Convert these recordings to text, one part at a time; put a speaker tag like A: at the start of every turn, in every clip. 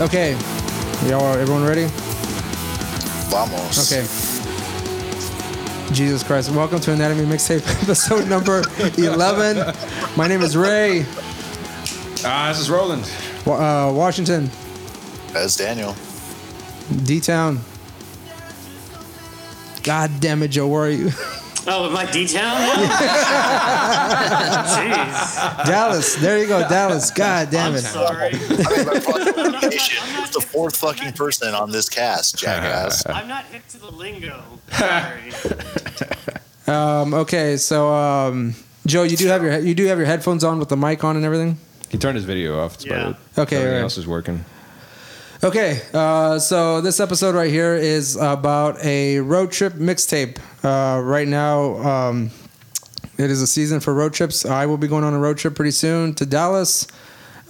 A: Okay. Y'all, everyone ready?
B: Vamos.
A: Okay. Jesus Christ. Welcome to Anatomy Mixtape, episode number 11. My name is Ray
C: Ah, this is Roland.
A: Wa- uh, Washington,
B: That's Daniel.
A: D Town. God damn it, Joe. Where are you?
D: Oh, am I D town? Jeez,
A: Dallas. There you go, Dallas. God damn
D: I'm
A: it.
D: sorry.
B: I mean, by proper location, it's the fourth fucking person on this cast, jackass.
D: I'm not hip to the lingo. Sorry.
A: Um, okay, so um, Joe, you do have your you do have your headphones on with the mic on and everything.
C: He turned his video off. That's about
D: Yeah.
C: it.
A: Okay,
C: Everything
A: right.
C: else is working.
A: Okay, uh, so this episode right here is about a road trip mixtape. Uh, right now, um, it is a season for road trips. I will be going on a road trip pretty soon to Dallas.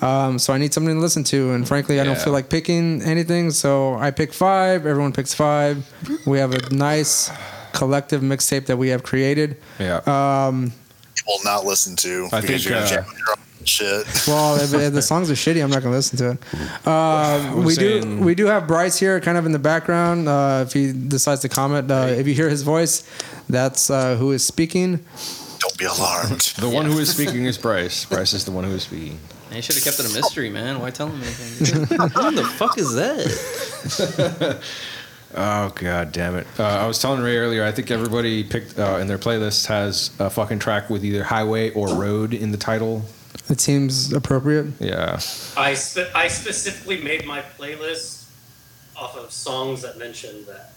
A: Um, so I need something to listen to, and frankly, I don't
C: Yeah.
A: feel like picking anything. So I pick five. Everyone picks five. We have a nice collective mixtape that we have created. Um,
C: Yeah.
B: You will not listen to
C: I think,
B: because you're gonna
C: uh,
B: jam with your own shit.
A: Well, if, if the songs are shitty, I'm not gonna listen to it. Um, we do
C: saying-
A: we do have Bryce here, kind of in the background. Uh, if he decides to comment, uh, if you hear his voice, that's uh, who is speaking.
B: Don't be alarmed.
C: the one who is speaking is Bryce. Bryce is the one who is speaking.
E: They should have kept it a mystery, man. Why tell them anything? Who the fuck is that?
C: Oh god damn it! Uh, I was telling Ray earlier. I think everybody picked uh, in their playlist has a fucking track with either highway or road in the title.
A: It seems appropriate.
C: Yeah.
D: I, spe- I specifically made my playlist off of songs that mentioned that.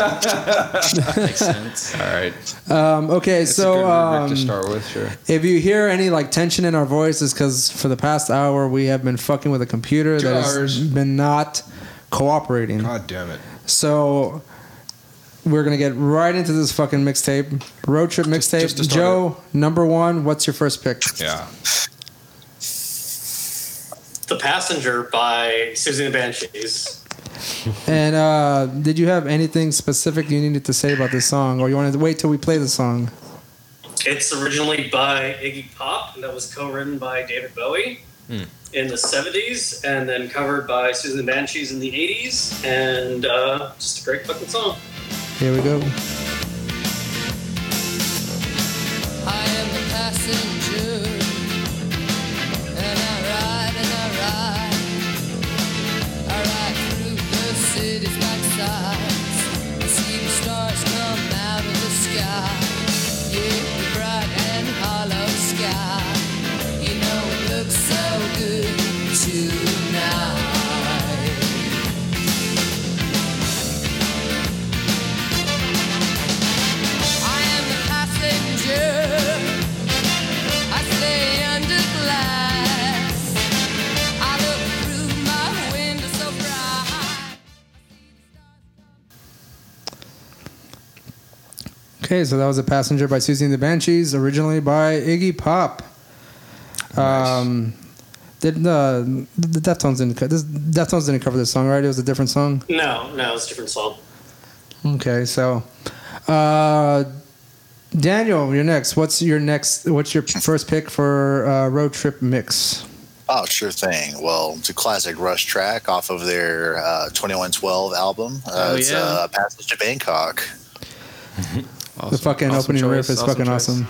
E: Makes sense.
C: All right.
A: Um, okay,
C: It's a
A: so
C: good rubric to
A: um,
C: start with, sure.
A: if you hear any like tension in our voices, because for the past hour we have been fucking with a computer
C: Two
A: that
C: hours.
A: has been not cooperating.
C: God damn it!
A: So we're gonna get right into this fucking mixtape, road trip mixtape.
C: just to start
A: Joe, number one. What's your first pick?
C: Yeah.
D: The Passenger by Susan and the Banshees.
A: And uh, did you have anything specific you needed to say about this song, or you wanted to wait till we play the song?
D: It's originally by Iggy Pop, and that was co written by David Bowie. In the 70s, and then covered by Susan and the Banshees in the 80s, and uh, just a great fucking song.
A: Here we go.
F: I am the passenger, and I ride and I ride. I ride through the city's black sides. I see the stars come out of the sky. Yeah, the bright and hollow sky. You know it looks so good tonight. I am the passenger. I stay under glass. I look through my window so bright.
A: Okay, so that was a passenger by Susie and the Banshees, originally by Iggy Pop. Um, did uh, the Deftones didn't co- this Deftones didn't cover this song, right? It was a different song.
D: No, no, it's a different song.
A: Okay, so uh, Daniel, you're next. What's your next? What's your first pick for uh, road trip mix?
B: Oh, sure thing. Well, it's a classic Rush track off of their uh, 2112 album. Uh,
E: Oh,
B: it's
E: yeah.
B: uh, Passage to Bangkok.
E: Awesome.
A: The fucking
E: Awesome
A: opening
E: choice.
A: riff is fucking
E: choice.
A: awesome.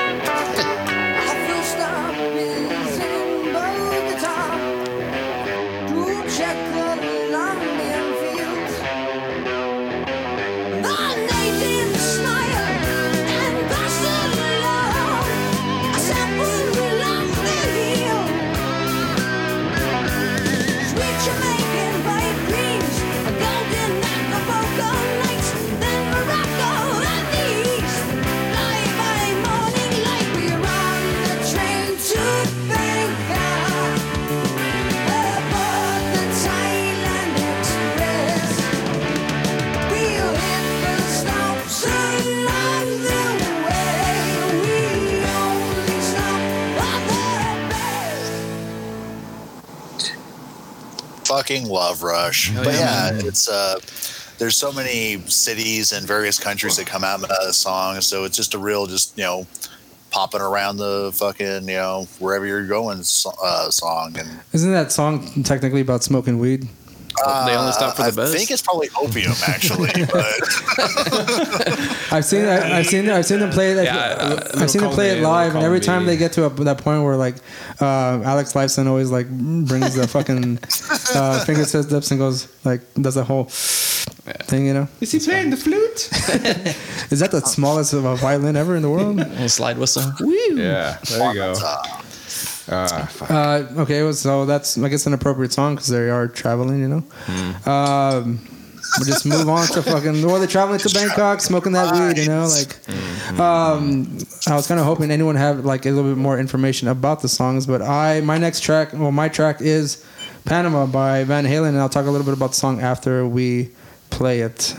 F: I feel stuck in Bogota, through Czech-Colombian fields. My native smile and Barcelona, I sampled along the hill. Sweet Jamaican baked beans, a golden Acapulco nights, then Morocco and the East. Night by morning light, we're on the train to Bangkok. Aboard the Thailand Express. We'll hit the stops along the way. We only stop on the best.
B: Fucking love Rush. but yeah, it's uh, there's so many cities and various countries that come out with that song. So it's just a real, just you know, popping around the fucking you know wherever you're going so- uh, song. And
A: Isn't that song technically about smoking weed?
E: they only stop for the
B: uh, I
E: best.
B: think it's probably opium actually, but
A: I've seen I, I've seen I've seen them play it.
C: Yeah, uh,
A: I've, I've seen them
C: Little Column A,
A: play it
C: Little
A: live, and every
C: Column
A: time
C: B.
A: they get to a, that point where like uh, Alex Lifeson always like brings the fucking uh, finger to his lips and goes like does the whole thing. You know,
C: Is he playing the flute?
A: is that the smallest of a violin ever in the world?
E: Little slide whistle.
C: Yeah, there you go. Ah, fuck.
A: Uh, okay, well, so that's I guess an appropriate song because they are traveling, you know.
C: Hmm.
A: Um, we just move on to fucking. Well, they're traveling to Bangkok, smoking that weed, you know. Like,
C: Hmm.
A: um, I was kind of hoping anyone have like a little bit more information about the songs, but I my next track, well, my track is Panama by Van Halen, and I'll talk a little bit about the song after we play it.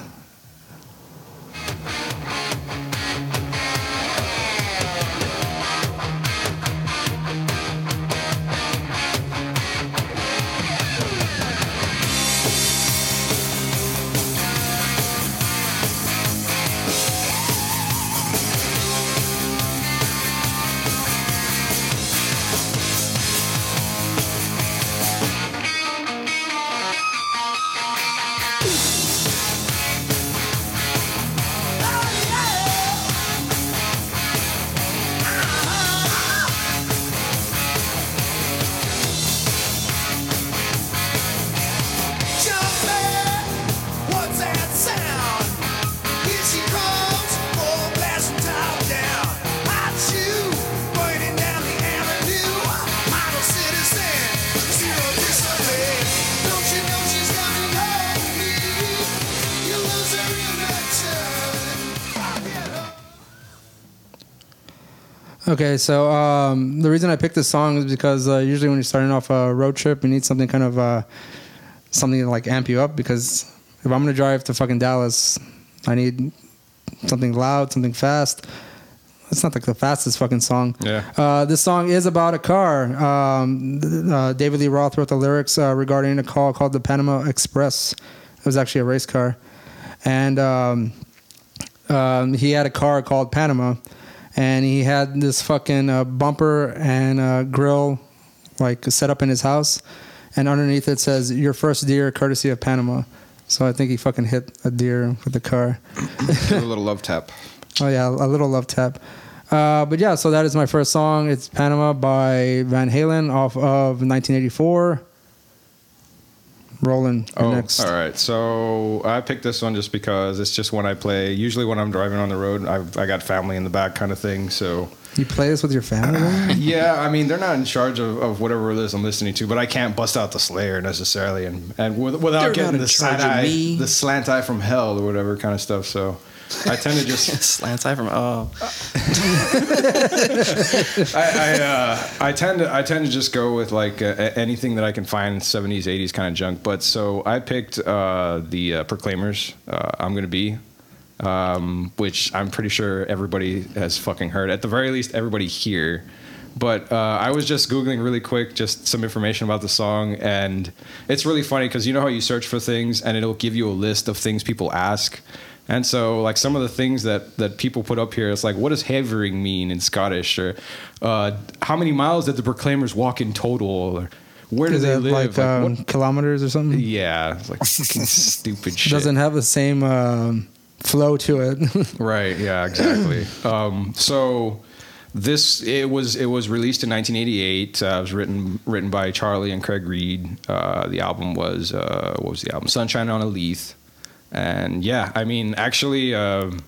A: Okay, so um, the reason I picked this song is because uh, usually when you're starting off a road trip, you need something kind of uh, something to like amp you up. Because if I'm gonna drive to fucking Dallas, I need something loud, something fast. It's not like the fastest fucking song.
C: Yeah.
A: Uh, this song is about a car. Um, th- uh, David Lee Roth wrote the lyrics uh, regarding a call called the Panama Express. It was actually a race car, and um, um, he had a car called Panama, and he had this fucking uh, bumper and uh, grill like set up in his house, and underneath it says "Your first deer, courtesy of Panama." So I think he fucking hit a deer with the car.
C: Do a little love tap.
A: Oh yeah, a little love tap. Uh, but yeah, so that is my first song. It's Panama by Van Halen off of 1984. Rolling
C: Oh,
A: next.
C: all right. So I picked this one just because it's just when I play. Usually when I'm driving on the road, I've, I got family in the back kind of thing. So
A: You play this with your family? man?
C: yeah, I mean they're not in charge of, of whatever it is I'm listening to, but I can't bust out the Slayer necessarily, and and with, without
E: They're not
C: getting
E: in
C: the
E: charge of
C: slant eye,
E: me.
C: the slant eye from hell or whatever kind of stuff. So I tend to just
E: Slants eye from oh
C: I I, uh, I tend to I tend to just go with like uh, a- anything that I can find seventies eighties kind of junk. But so I picked uh, the uh, Proclaimers. Uh, I'm gonna be, um, which I'm pretty sure everybody has fucking heard. At the very least, everybody here. But uh, I was just googling really quick, just some information about the song, and it's really funny because you know how you search for things and it'll give you a list of things people ask. And so, like some of the things that that people put up here, it's like, what does havering mean in Scottish? Or uh, how many miles did the Proclaimers walk in total? Or where do
A: Is
C: they
A: it
C: live?
A: like,
C: Like,
A: um,
C: what-
A: kilometers or something?
C: yeah, it's like fucking stupid shit.
A: Doesn't have the same um, flow to it.
C: Right. Yeah. Exactly. um, so this it was it was released in 1988. Uh, it was written written by Charlie and Craig Reed. Uh, the album was uh, what was the album? Sunshine on a Leaf. And yeah, I mean, actually, um,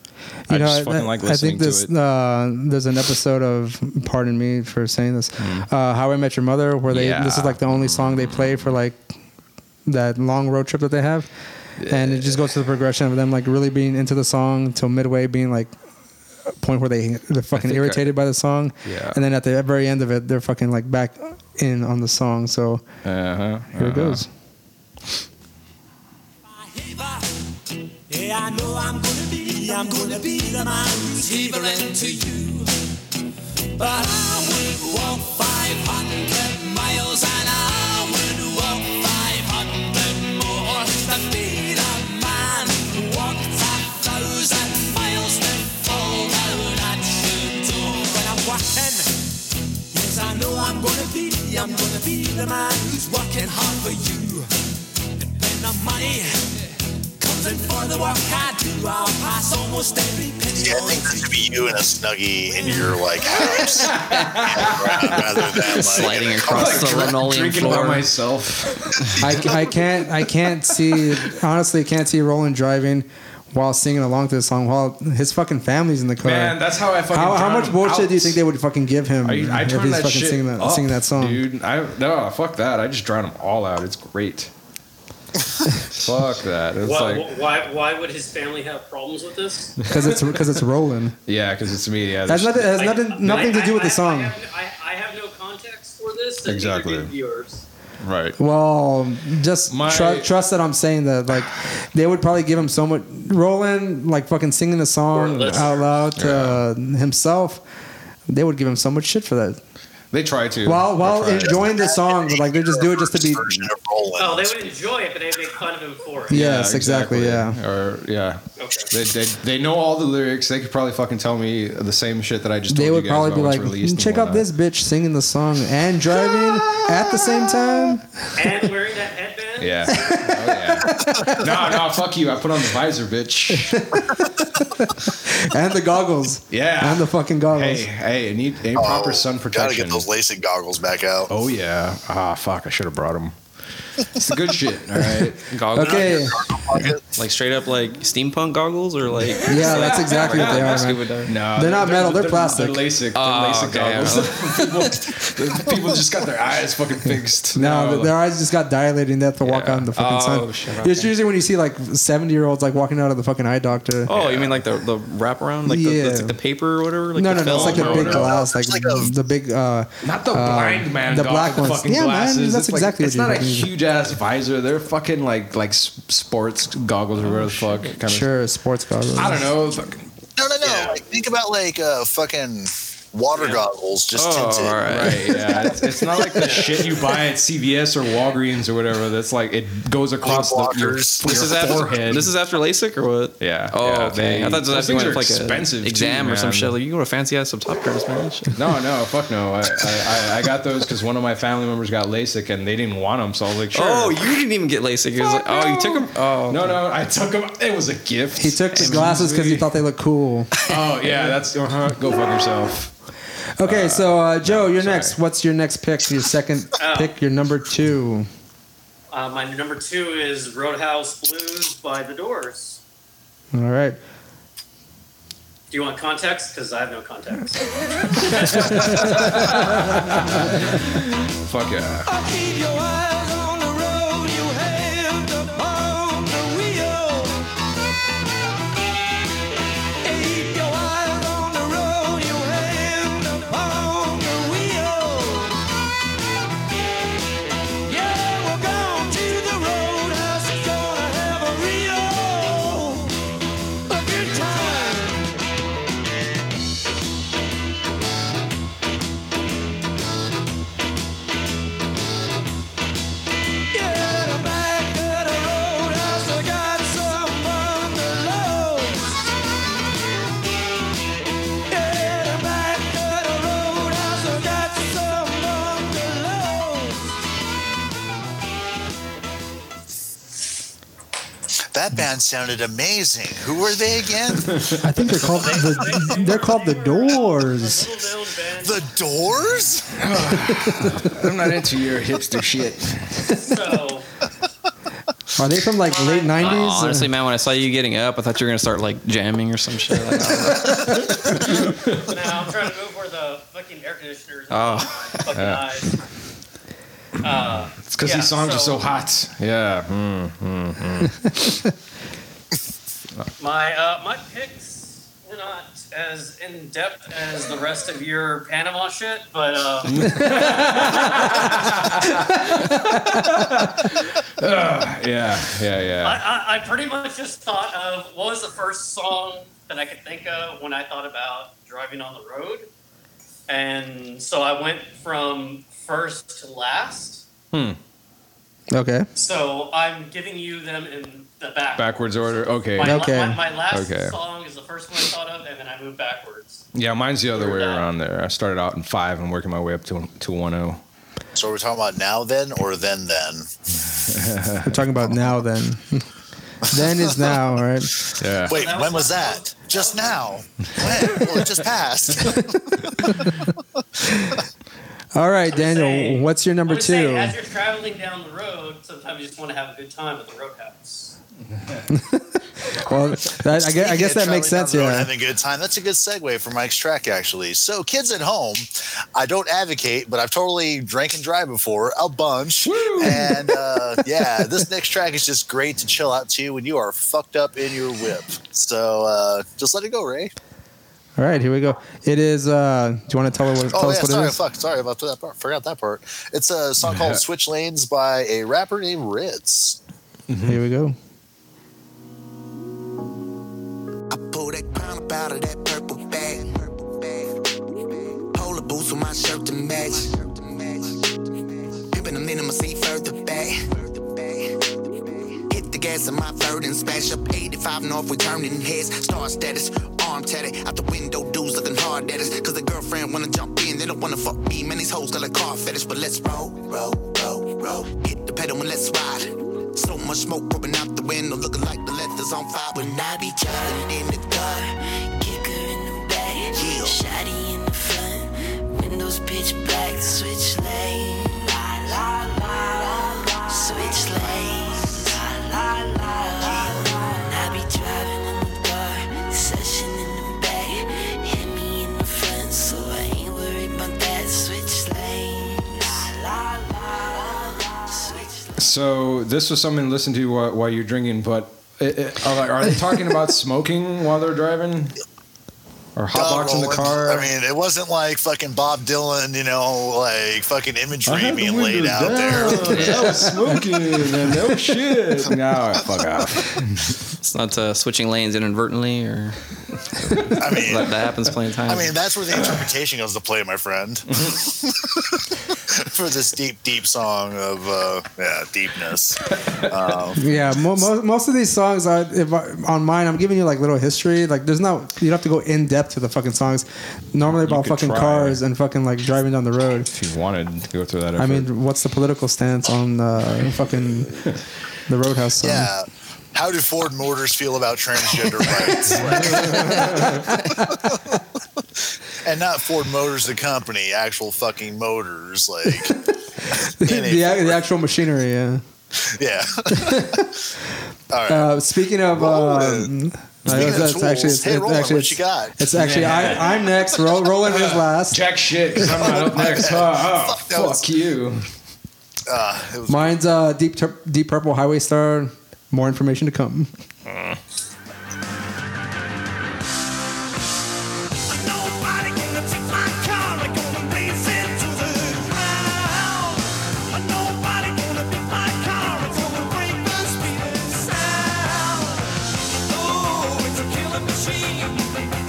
C: I just fucking like listening
A: think this,
C: to it.
A: Uh, there's an episode of, pardon me for saying this, uh, How I Met Your Mother, where they this is
C: Mm-hmm. Yeah.
A: like the only song they play for like that long road trip that they have, and it just goes to the progression of them like really being into the song till midway being like a point where they they're fucking
C: think I-
A: irritated by the song,
C: Yeah.
A: and then at the very end of it they're fucking like back in on the song. So
C: Uh-huh,
A: here it
C: uh-huh.
A: goes.
F: Yeah, I know I'm gonna be, I'm gonna be the man who's heaving to you. But I would walk 500 miles and I would walk 500 more to be the man I'm gonna be the man who's working hard for you. And when the money comes in for the work I do, I'll pass almost every penny.
B: Yeah, I
F: on
B: think
F: to
B: that should be you in a snuggie in your like house, rather than like
E: Sliding
B: in a
E: across
B: car.
E: the linoleum
C: Drinking by
E: floor.
C: myself.
A: I, I can't I can't see honestly can't see Roland driving while singing along to this song while his fucking family's in the car.
C: Man, that's how I fucking.
A: how, how
C: drown
A: much bullshit
C: out.
A: do you think they would fucking give him
C: I, I
A: if
C: turn
A: he's
C: that
A: fucking
C: shit
A: singing that
C: up,
A: singing that song?
C: dude. I no, fuck that. I just drown them all out. It's great. fuck that. It's
D: Why,
C: like
D: why, why would his family have problems with this?
A: Because it's because it's Roland.
C: yeah, because it's me. Yeah,
A: That's
C: there's-
A: nothing. Has
D: I-
A: nothing nothing to do with
D: I- I-
A: the
D: I
A: song.
D: have, I, I have no context for this. And
C: Exactly.
D: exactly. Viewers.
C: right.
A: Well, just
C: My-
A: tru- trust that I'm saying that. Like, they would probably give him so much. Roland, like fucking singing the
D: Or
A: song
D: listeners.
A: out loud to uh, himself, they would give him so much shit for that.
C: They try to.
A: While while
C: They try to.
A: enjoying the song, but like they just do it just to be.
B: Version of Roland.
D: Oh, they would enjoy it, but they'd make fun of him for it.
A: Yes, exactly. Yeah.
C: Or yeah,
D: Okay.
C: they, they they know all the lyrics. They could probably fucking tell me the same shit that I just. Told
A: they would
C: you guys
A: probably
C: about
A: be
C: what's
A: like,
C: released and
A: check out
C: whatnot."
A: this bitch singing the song and driving at the same time.
D: And wearing that headband.
C: Yeah. Oh, yeah. no, no, fuck you. I put on the visor, bitch.
A: And the goggles.
C: Yeah.
A: And the fucking
C: Hey,
A: goggles.
C: hey, I need need
B: Oh,
C: proper sun
B: Gotta
C: protection.
B: get those LASIK goggles back out.
C: Oh yeah. Ah, fuck. I should have brought them. It's the good shit. All right.
E: Goggles.
A: Okay.
E: Like straight up like steampunk goggles or like.
A: Yeah, that's exactly what they are, man.
E: Scuba dive.
C: No,
A: They're not metal, they're plastic.
C: They're LASIK. They're
E: Oh,
C: LASIK
E: okay,
C: goggles. people, people just got their eyes fucking fixed.
A: No, their eyes just got dilated and they have to walk
E: Yeah.
A: out in the fucking sun.
E: Oh, shit,
A: It's
E: okay.
A: usually when you see like 70 year olds like walking out of the fucking eye doctor.
E: Oh, you mean like the the wraparound, like the,
A: Yeah.
E: that's like the paper or whatever? Like
A: no,
E: the
A: no, no. It's like
E: film
A: the
E: or
A: big
E: whatever?
A: glass, like,
B: It's like a-
A: the big. uh
C: Not the
A: uh,
C: blind man.
A: the
C: goggles,
A: black ones.
C: Fucking
A: Yeah, man,
C: glasses.
A: that's
C: it's Like,
A: exactly what
C: it's
A: you're
C: not a
A: thinking.
C: huge ass visor. They're fucking like like s- sports goggles or whatever the fuck. Kind Of,
A: Oh, Sure, sports goggles.
C: I don't know. Fucking,
B: No, no, no. Like, think about like uh, fucking water goggles, just
E: Oh,
B: tinted.
E: all right.
C: right. Yeah. It's, it's not like the shit you buy at CVS or Walgreens or whatever. That's like it goes across the your,
B: Blockers.
E: This
C: your
E: is after
C: forehead.
E: this is after LASIK or what?
C: Yeah,
E: Oh,
C: yeah,
E: okay.
C: they-
E: I thought this
C: those
E: was
C: things
E: after you
C: are
E: went like
C: expensive
E: an
C: too,
E: exam or some
C: man.
E: shit. Like you can go to fancy ass optometrist, man. Shit.
C: No, no, fuck no. I, I, I- I got those because one of my family members got LASIK and they didn't want them, so I was like, sure.
E: Oh, you didn't even get LASIK. It was like, oh, you took them. Oh,
C: no, no, I took them. It was a gift.
A: He took his glasses because he thought they looked cool.
C: Oh yeah, that's uh-huh, go fuck yourself.
A: Okay, so uh, Joe, you're
C: sorry.
A: next. What's your next pick? Your second
D: Oh.
A: pick, your number two.
D: Uh, my number two is Roadhouse Blues by The Doors.
A: All right.
D: Do you want context? Because I have no context.
C: Fuck yeah.
F: I'll keep your eyes on the road you have upon the wheel. Keep your eyes on the road you have upon the wheel. Yeah, we're going to the roadhouse. It's gonna have a real a good time. Yeah, the back of the roadhouse, I got someone to love. Yeah, the back of the roadhouse, I got someone to love.
B: That band sounded amazing. Who were they again?
A: I think they're called the, they're called the Doors.
D: Little known band.
B: the Doors?
C: I'm not into your hipster shit.
D: So
A: Are they from like late
E: Oh,
A: nineties?
E: honestly, man, when I saw you getting up, I thought you were gonna start like jamming or some shit. Like,
D: now I'm trying to go for the fucking air conditioners.
E: oh,
D: fucking eyes. Uh,
C: It's because
D: Yeah,
C: these songs are
D: so-
C: so hot. Yeah. mm.
E: hmm,
D: my uh, my picks were not as in depth as the rest of your Panama shit, but uh,
C: Uh, Yeah. Yeah. Yeah.
D: I, I, I pretty much just thought of what was the first song that I could think of when I thought about driving on the road, and so I went from first to last.
E: hmm.
A: okay.
D: So I'm giving you them in the back.
C: Backwards order. Okay.
D: My,
A: Okay.
D: my, my last
C: Okay.
D: song is the first one I thought of, and then I moved backwards.
C: Yeah, mine's the other way
D: Third down.
C: around there. I started out in five and working my way up to to one oh. zero.
B: So we're talking about now, then, or then, then.
A: We're talking about now. Then, then is now. All right.
C: Yeah.
B: Wait, when was that? Just now. When? Well, it just passed.
A: All right,
G: would
A: Daniel.
G: say-
A: what's your number
G: I would say
A: two?
G: as you're traveling down the road, sometimes you just want to have a good time at the roadhouse.
A: Well, that, I guess, I guess that makes
B: Traveling down
A: sense.
B: the road,
A: Yeah.
B: Having a good time. That's a good segue for Mike's track, actually. So, kids at home, I don't advocate, but I've totally drank and drive before a bunch. And uh, yeah, this next track is just great to chill out to when you are fucked up in your whip. So uh, just let it go, Ray.
A: All right, here we go. It is. Uh, do you want to tell, her what, tell
B: Oh yeah,
A: us what
B: sorry,
A: it is?
B: fuck, sorry about that part. Forgot that part. It's a song called "Switch Lanes" by a rapper named Ritz.
A: Here we go.
H: I pull that pound up out of that purple bag. Polar boots with my shirt to match. Pimping them in my seat further back. Hit the gas in my third and smash up 85 north. We turning heads. Star status, arm tatted. Out the window, dudes looking hard at us. Cause the girlfriend wanna jump in. They don't wanna fuck me. Man, these hoes got a car fetish. But let's roll, roll, roll, roll. Hit the pedal and let's ride. So much smoke pouring out the window. Looking like the leather's on fire. When I be jumping in the car.
I: Kicker in the back,
H: Yeah.
I: shoddy in the front. Windows pitch black, switch lane. La la la la la. Switch lane. La la la la. When I be driving in the car, session in the back. Hit me in the front, so I ain't worried about that. Switch lane. La la la la. Switch lane.
C: So this was something to listen to while, while you're drinking, but it, it, are, are they talking about smoking while they're driving? Or hotbox in the
B: Roland,
C: car?
B: I mean, it wasn't like fucking Bob Dylan, you know, like fucking
C: I
B: imagery
C: had the
B: being laid
C: windows
B: out there.
C: down. I Oh, was smoking and no shit. No, fuck off.
E: It's not uh, switching lanes inadvertently or
B: I mean,
E: that, that happens plenty of times.
B: I mean, that's where the interpretation goes to play, my friend. For this deep, deep song of uh, yeah, deepness. Oh. Um,
A: Yeah, mo- mo- most of these songs I, if I, on mine, I'm giving you like little history. Like, there's not you don't have to go in depth to the fucking songs. Normally about
C: could
A: fucking
C: try.
A: cars and fucking like driving down the road.
C: If you wanted to go through that effort.
A: I mean, what's the political stance on uh, fucking the Roadhouse song?
B: Yeah. How do Ford Motors feel about transgender rights? Like- and not Ford Motors, the company, actual fucking motors. Like,
A: the, ac- the actual machinery. Yeah.
B: yeah.
A: Uh, speaking of. Um,
B: Speaking
A: that's-
B: of
A: that's
B: tools,
A: actually, it's,
B: hey,
A: it's
B: Roland,
A: actually,
B: what you got?
A: It's actually I, I'm next. Ro- Roland is last. Uh,
C: Jack shit, 'cause I'm not up next. Oh, oh,
B: Fuck, that was-
C: fuck you.
A: Mine's uh, deep Tur- deep purple highway star. More information to come.
F: Nobody gonna take my car. I'm gonna race it to the ground. Nobody gonna beat my car. It's gonna break the speed and sound. Oh, it's a killing machine.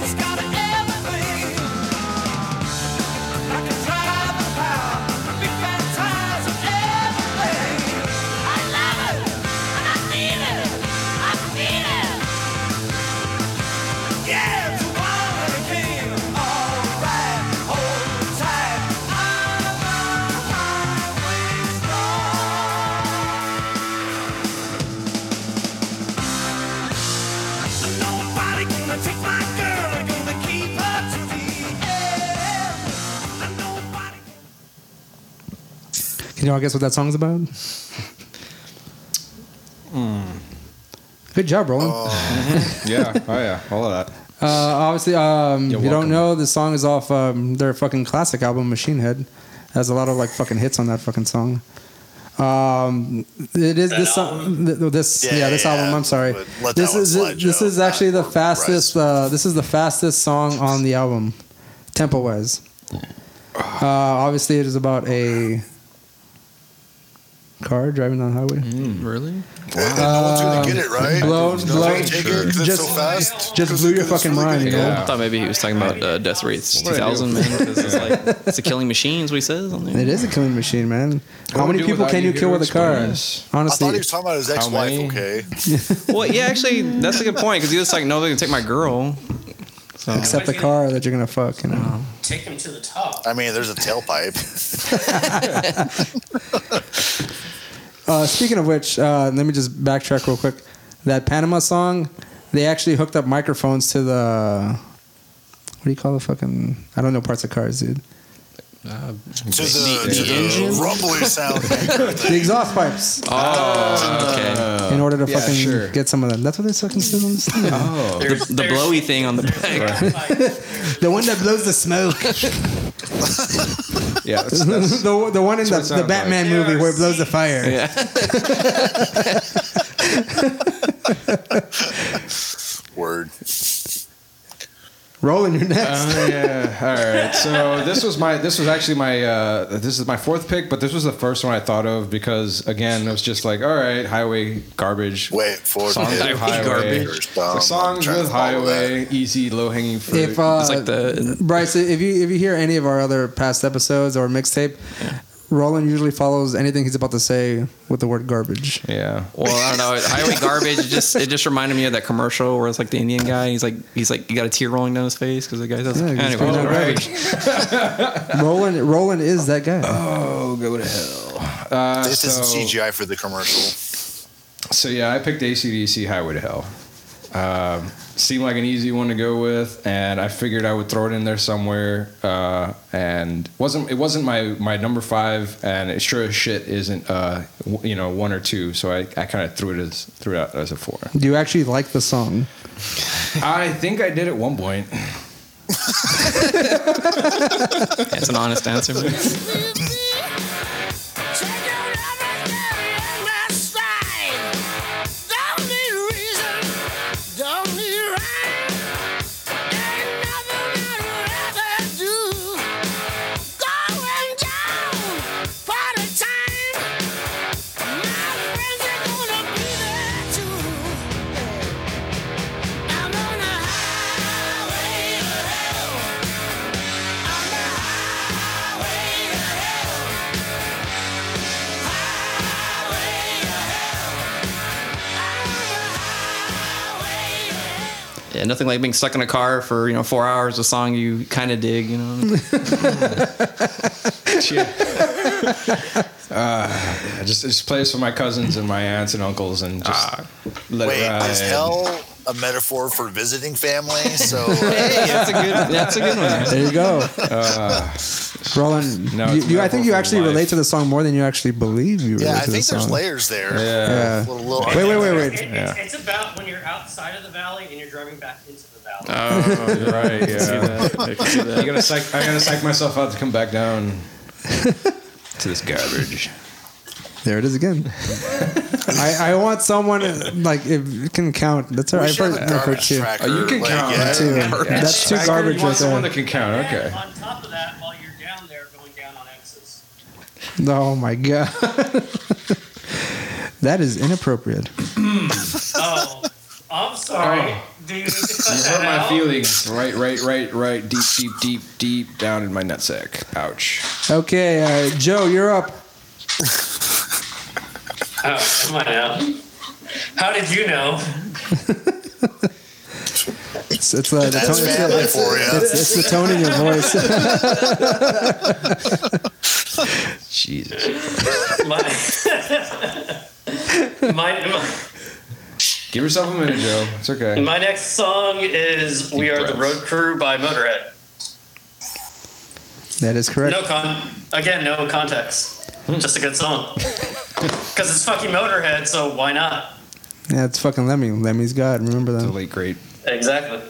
F: It's got everything. I can drive the power, big fat tires and everything. I love it and I need it. I need it. Yeah, it's a wild king. All right, hold tight. I'm a highway star. Nobody gonna take my girl. I'm gonna keep her to the end. Nobody.
A: Can y'all guess what that song's about? Good job, Roland.
C: Yeah, oh yeah, all of that.
A: Uh, obviously, um,
C: You're
A: if you don't
C: welcome.
A: know, the song is off um, their fucking classic album, Machine Head. Has a lot of like fucking hits on that fucking song. Um, it is
G: That
A: this song. th- This yeah,
B: Yeah,
A: this
B: yeah,
A: album.
B: yeah.
A: I'm sorry.
B: But let
A: This
B: that one
A: is
B: slide,
A: this
B: Joe.
A: is actually the
B: Not
A: fastest. Uh, this is the fastest song on the album, tempo wise. Uh, obviously, it is about a car driving down the highway.
E: really?
B: no one's gonna get it right.
A: blown-
B: no one's gonna
A: blown-
B: take it 'cause it's so
A: just-
B: fast.
A: Just blew your fucking mind, yo.
E: I thought maybe he was talking about uh, death rates
C: What do I do?
E: 2000, man. 'cause it's like it's a killing machine, is what he says. on there.
A: It is a killing machine, man. How
C: What do
A: many
C: we do
A: people
C: without
A: can
C: you
A: you kill
C: here
A: with a car?
C: explaining this?
B: I
A: Honestly,
B: thought he was talking about his ex-wife.
C: many?
B: Okay,
E: Well, yeah, actually, that's a good point because he was like, no, they're gonna take my girl.
A: Except the car that you're gonna fuck. You know.
G: Take him to the top.
B: I mean, there's a tailpipe.
A: Uh, speaking of which, uh, let me just backtrack real quick. That Panama song, they actually hooked up microphones to the. What do you call the fucking? I don't know parts of cars, dude.
B: to the, to the
E: engine?
B: rumbly sound.
A: The exhaust pipes.
E: Oh,
B: Uh,
E: okay.
A: in order to
C: yeah,
A: fucking
C: sure.
A: get some of them. That's what they fucking said on the thing. Oh.
G: There's-
E: the
G: there's-
E: blowy thing on the
G: there's
E: back.
G: tailpipe.
A: The one that blows the smoke.
C: Yeah, that's, that's,
A: the, the one in the,
C: That's what it sounds
A: the Batman
G: like.
A: movie where it blows the fire.
E: Yeah.
C: Oh.
B: Word.
A: Rolling your neck.
C: Oh, yeah. All right. So this was my this was actually my uh, this is my fourth pick, but this was the first one I thought of because again it was just like all right, highway garbage.
B: Wait for
C: Songs
B: it.
C: with highway.
E: garbage.
B: Um,
C: songs
B: trying to
C: with
B: follow that.
C: highway, easy low hanging fruit.
A: If uh,
E: It's like the
A: Bryce, if you if you hear any of our other past episodes or mixtape, Roland usually follows anything he's about to say with the word garbage.
C: yeah.
E: well, I don't know. Highway garbage. It just it just reminded me of that commercial where it's like the Indian guy. He's like he's like you got a tear rolling down his face because the guy does.
A: Yeah, he's
E: anyway,
A: going
E: all
A: down
E: right.
A: Roland Roland is that guy.
C: Oh, go to hell. Uh,
B: This
C: so,
B: isn't CGI for the commercial.
C: So yeah, I picked ACDC Highway to Hell. Um, seemed like an easy one to go with, and I figured I would throw it in there somewhere. Uh, and wasn't it wasn't my my number five, and it sure as shit isn't uh, w- you know one or two. So I, I kind of threw it as threw it out as a four.
A: Do you actually like the song?
C: I think I did at one point.
E: That's an honest answer. man. Yeah, nothing like being stuck in a car for you know four hours. A song you kind of dig, you know.
C: Uh, I just just plays for my cousins and my aunts and uncles, and just
E: Ah,
C: let
B: Wait,
C: it ride.
B: is hell a metaphor for visiting family? So
E: hey, that's a good. That's a good one.
A: There you go,
C: Uh,
A: Roland.
C: No,
A: you,
C: it's
A: you- I think
C: metaphor
A: you
C: for
A: actually
C: life.
A: relate to the song more than you actually believe you relate
B: yeah, I
A: to the
B: think there's
A: song.
B: layers there.
C: Yeah.
A: Yeah.
B: A little- little
A: Wait, wait, wait,
G: It,
A: wait.
G: it's, it's about when you're outside of the valley and you're driving back into the valley.
E: Oh,
C: You're right. Yeah.
E: I can see
C: I
E: that.
C: gotta psych. I gotta psych myself out to come back down to this garbage.
A: There it is again. I, I want someone like if you can count. That's
B: We
A: all right. I've
B: should have
A: heard,
B: a
A: I've heard
B: garbage
A: too.
B: tracker,
C: Oh, you can
B: like,
C: count
B: yeah.
C: that
A: Too. That's too
C: Tracker,
A: garbage
C: You want
A: right
C: someone
A: there.
C: that can count?
G: And
C: Okay.
G: On top of that, while you're down there going down on X's.
A: Oh my god. that is inappropriate.
C: Hmm.
G: Oh, I'm sorry.
C: Oh.
G: Do you need to cut
C: You
G: that
C: hurt my
G: out?
C: feelings. Right, right, right, right. Deep, deep, deep, deep down in my nutsack. Ouch.
A: Okay, uh, Joe, you're up.
G: Oh, come on now. How did you know?
A: It's, it's, uh, the, tone,
B: That's
A: it's, the,
B: family for you.
A: it's- it's the tone in your voice.
C: Jesus.
G: My, my,
C: Give yourself a minute, Joe. It's okay.
G: my next song is "We Are the
C: breaths.
G: Road Crew" by Motorhead.
A: that is correct.
G: No con. Again, no context. Just a good song. Because it's fucking Motorhead, so why not?
A: Yeah, it's fucking Lemmy. Lemmy's God. Remember
C: The
A: that.
C: late great.
G: Exactly.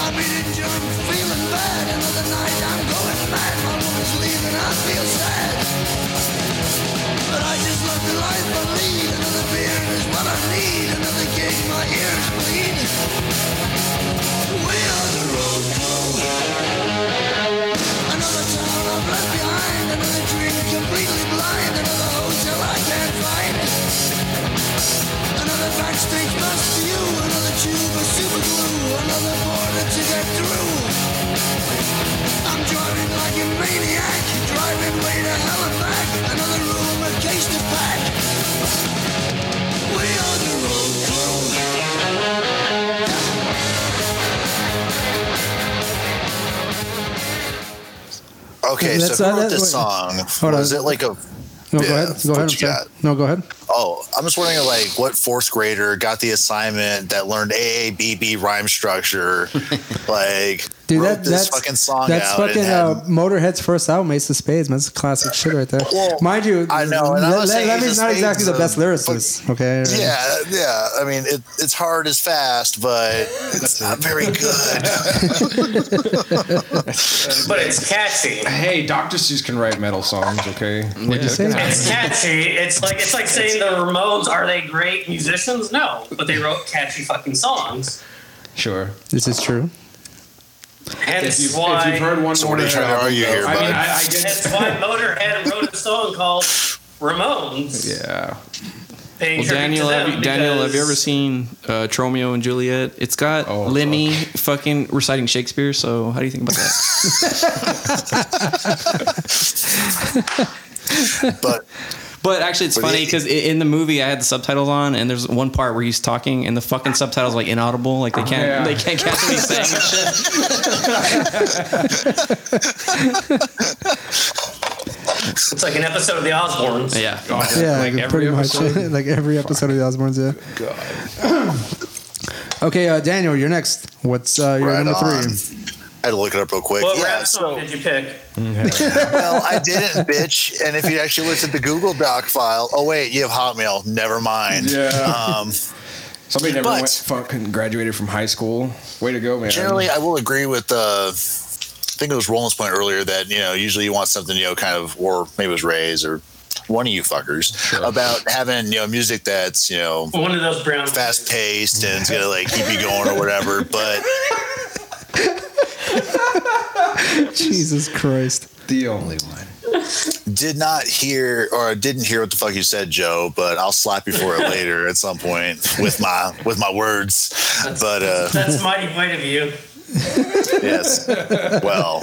F: I've been injured, feeling bad. Another night I'm going mad. My woman's leaving, I feel sad. But I just love the life I lead. Another beer is what I need. Another gig, my ears bleed. We are the road crew. Another town I've left behind. Another dream completely blind. Another hotel I can't find. Another backstage pass to you, another tube of super glue, another border to get through. I'm driving like a maniac, driving way to hell and back. Another room, a case to pack. We are the road crew.
B: Okay,
A: That's-
B: so who
A: uh,
B: wrote
A: that-
B: this
A: wait.
B: song?
A: Hold
B: was
A: on.
B: it like a?
A: No,
B: Yeah,
A: go ahead.
B: that's
A: Go
B: what
A: ahead. I'm
B: you
A: sorry.
B: got.
A: No, go ahead.
B: Oh, I'm just wondering, like, what fourth grader got the assignment that learned AABB rhyme structure? like,
A: Dude,
B: wrote
A: that,
B: this
A: that's
B: fucking song
A: That's
B: out.
A: fucking
B: and had,
A: uh, Motorhead's first album, Ace of Spades. Man, that's classic shit right there.
B: Well,
A: Mind you,
B: I know, and I'm not
A: Le-
B: saying
A: Le- Levy's
B: Ace of
A: not exactly
B: Spades,
A: the
B: uh,
A: best
B: but-
A: lyricist. Okay.
B: yeah, yeah. I mean, it, it's hard as fast, but it's not very good.
D: But it's catchy.
C: Hey, Dr. Seuss can write metal songs, okay?
A: What'd you say?
D: It's catchy. It's like it's like saying the Ramones are they great musicians? No, but they wrote catchy fucking songs.
C: Sure.
A: This is true.
D: Hence
C: If you've, if
D: why.
C: you've heard one uh,
B: So what are you
C: Motorhead
B: trying to
C: album,
B: argue
C: though-
B: here,
C: I mean,
B: bud?
C: I, I
D: Hence
C: get.
D: why Motorhead wrote a song called Ramones.
C: Yeah.
D: Paying
E: Well,
D: tribute to
E: Daniel,
D: them
E: have you, Daniel, have you
D: because-
E: ever seen uh, Tromeo and Juliet? It's got
C: Oh,
E: Lemmy fucking reciting Shakespeare. So how do you think about that?
B: But
E: but actually, it's
B: But
E: funny
B: it-
E: because in the movie, I had the subtitles on, and there's one part where he's talking, and the fucking subtitles like inaudible, like they can't
C: Yeah.
E: they can't catch what he's saying. and shit.
D: It's like an episode of The Osbournes.
E: Yeah.
A: Yeah,
C: like every
A: pretty much.
C: episode.
A: like every episode of the Osbournes. Yeah. okay, uh, Daniel, you're next. What's uh, your
B: Right
A: number
B: on.
A: three?
B: I had to look it up real quick.
D: What
B: yeah,
D: rap
B: so
D: song did you pick?
B: well, I didn't, bitch. And if you actually looked at the Google Doc file, oh wait, you have Hotmail. Never mind.
C: Yeah.
B: Um,
C: Somebody never
B: But-
C: went fucking graduated from high school. Way to go, man.
B: generally i will agree with uh i think it was roland's point earlier that you know usually you want something you know kind of or maybe it was ray's or one of you fuckers about having you know music that's you know
D: One of those brown.
B: fast paced and it's gonna like keep you going or whatever but
A: Jesus Christ.
C: the only one.
B: did not hear or didn't hear what the fuck you said joe but i'll slap you for it later at some point with my with my words but uh
D: That's mighty white of you.
B: yes well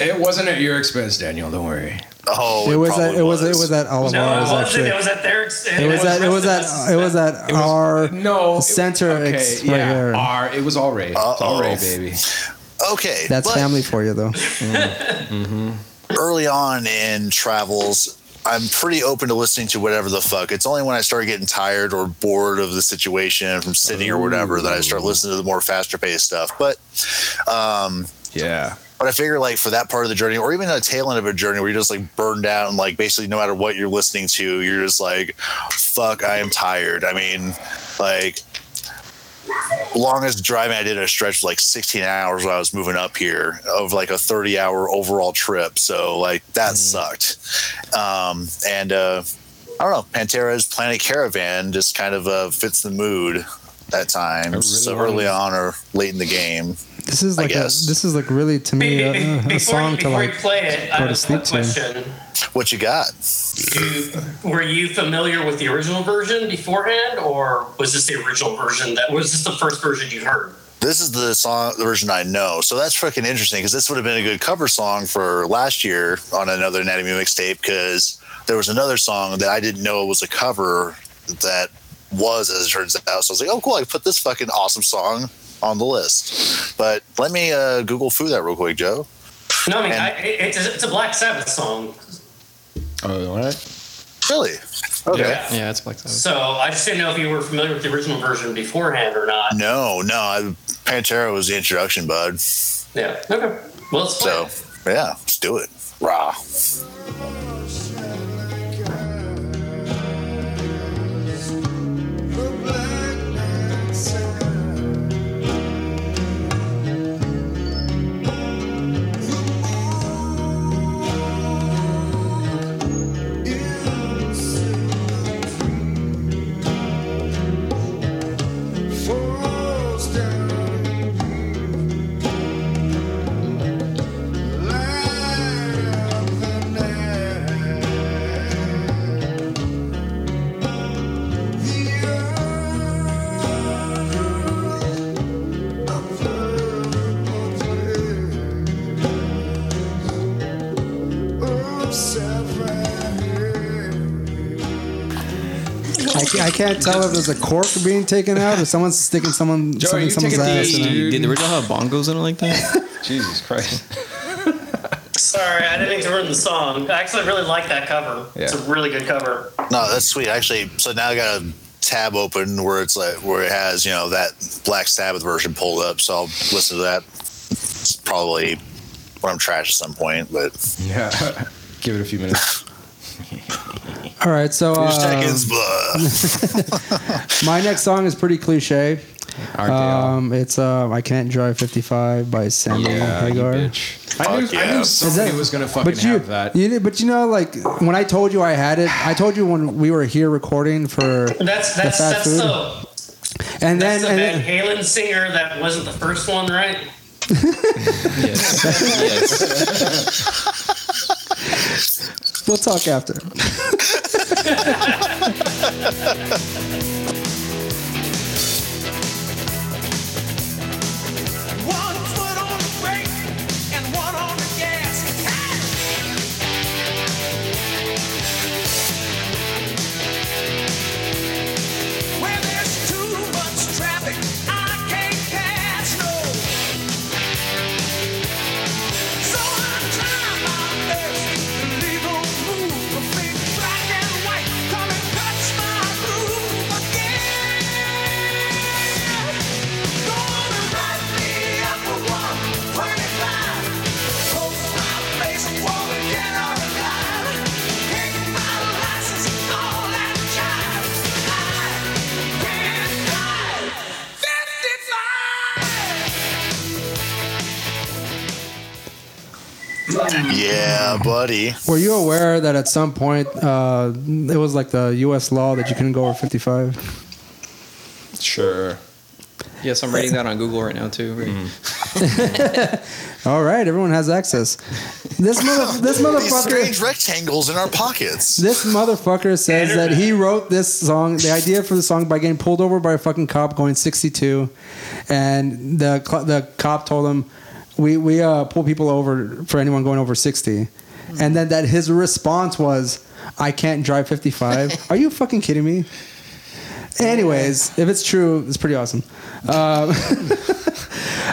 C: It wasn't at your expense, Daniel. Don't worry.
B: oh
A: It was
B: probably
A: that. It was. It was that. All of
D: No, it
A: ours
D: wasn't.
A: actually.
D: It was at their.
A: It was that. It was that. It was that. R.
C: No.
A: Center
C: Okay.
A: ex- right
C: yeah.
A: here.
C: R. It was all Ray. It's all
B: Uh-oh.
C: Ray, baby.
B: okay
A: That's
B: but-
A: family for you, though.
B: Mm-hmm. early on in travels, I'm pretty open to listening to whatever the fuck. It's only when I start getting tired or bored of the situation from Sydney or whatever that I start listening to the more faster paced stuff. But um,
C: Yeah.
B: but I figure like for that part of the journey, or even a tail end of a journey where you're just like burned out and like basically no matter what you're listening to, you're just like, fuck, I am tired. I mean, like longest driving I did at a stretch of like 16 hours when I was moving up here of like a 30 hour overall trip. So like that sucked. Um, and uh, I don't know, Pantera's Planet Caravan just kind of uh, fits the mood that time.
C: really
B: so
C: wanna-
B: early on or late in the game.
A: This is
B: I
A: like a,
B: guess.
A: this is like really to me a, a
D: before
A: song
D: you,
A: to
D: before
A: like.
D: you play it, I
A: go to
D: have a
A: sleep to.
D: question.
B: What you got?
D: You, were you familiar with the original version beforehand, or was this the original version that was this the first version you heard?
B: this is the song the version I know. So that's freaking interesting because this would have been a good cover song for last year on another Anatomy mixtape because there was another song that I didn't know was a cover that was, as it turns out. So I was like, oh, cool, I put this fucking awesome song on the list. But let me uh, Google through that real quick, Joe.
D: No, I mean,
B: And-
D: I, it, it's, a, it's a Black Sabbath song.
C: Oh, all right.
B: Really? Okay.
E: Yeah, it's Black Sabbath.
D: So I just didn't know if you were familiar with the original version beforehand or not.
B: No, no. I, Pantera was the introduction, bud.
D: Yeah. Okay. Well, let's
B: So
D: play. it.
B: yeah, let's do it. Raw.
F: Oh,
A: I, ca- I can't tell if there's a cork being taken out or someone's sticking someone
C: Joey,
A: something
C: you
A: in someone's
C: take a
A: ass.
C: deep-
A: in it.
E: Did the original have bongos in it like that?
C: Jesus Christ.
D: So Sorry, I didn't mean to ruin the song. I actually really like that cover. It's a
C: Yeah.
D: really good cover.
B: No, that's sweet. Actually, so now I got a tab open where it's like where it has you know that Black Sabbath version pulled up. So I'll listen to that. It's probably when I'm trash at some point, but
C: Yeah. Give it a few minutes.
A: All right, so
B: Two
A: uh,
B: seconds, blah.
A: my next song is pretty cliche.
C: Aren't they all?
A: Um, it's uh, I Can't Drive 55 by Sammy
C: yeah, you
A: Hagar.
C: bitch. I knew,
B: Fuck
C: I
B: yeah.
C: knew
B: Is
C: somebody
A: that-
C: was gonna fucking
A: but you,
C: have that.
A: you did- but you know, like when I told you I had it, I told you when we were here recording for,
D: That's
A: fast
D: that's that's
A: food?
D: the
A: and then
D: that's the
A: and
D: Van
A: then,
D: Halen singer that wasn't the first one, right?
E: Yes. yes.
A: we'll talk after.
F: One foot on the brake and one on the gas. Where there's too much traffic, I can't pass no. So I try my best to leave a move of big black and white. Come and touch my groove again. Gonna light me up for 125. Close my face and won't get out of line. Take my license and all that jive. I can't drive 55.
B: yeah, buddy.
A: Were you aware that at some point uh, it was like the U.S. law that you couldn't go over 55?
C: Sure.
E: Yes, I'm reading that on Google right now too.
C: Mm-hmm.
A: All right, everyone has access. This mother, this
B: These strange
A: motherfucker,
B: rectangles in our pockets.
A: this motherfucker says that he wrote this song, the idea for the song, by getting pulled over by a fucking cop going 62, and the cl- the cop told him, "We we uh, pull people over for anyone going over 60," and then that his response was, "I can't drive 55." Are you fucking kidding me? Anyways, if it's true, it's pretty awesome. Uh,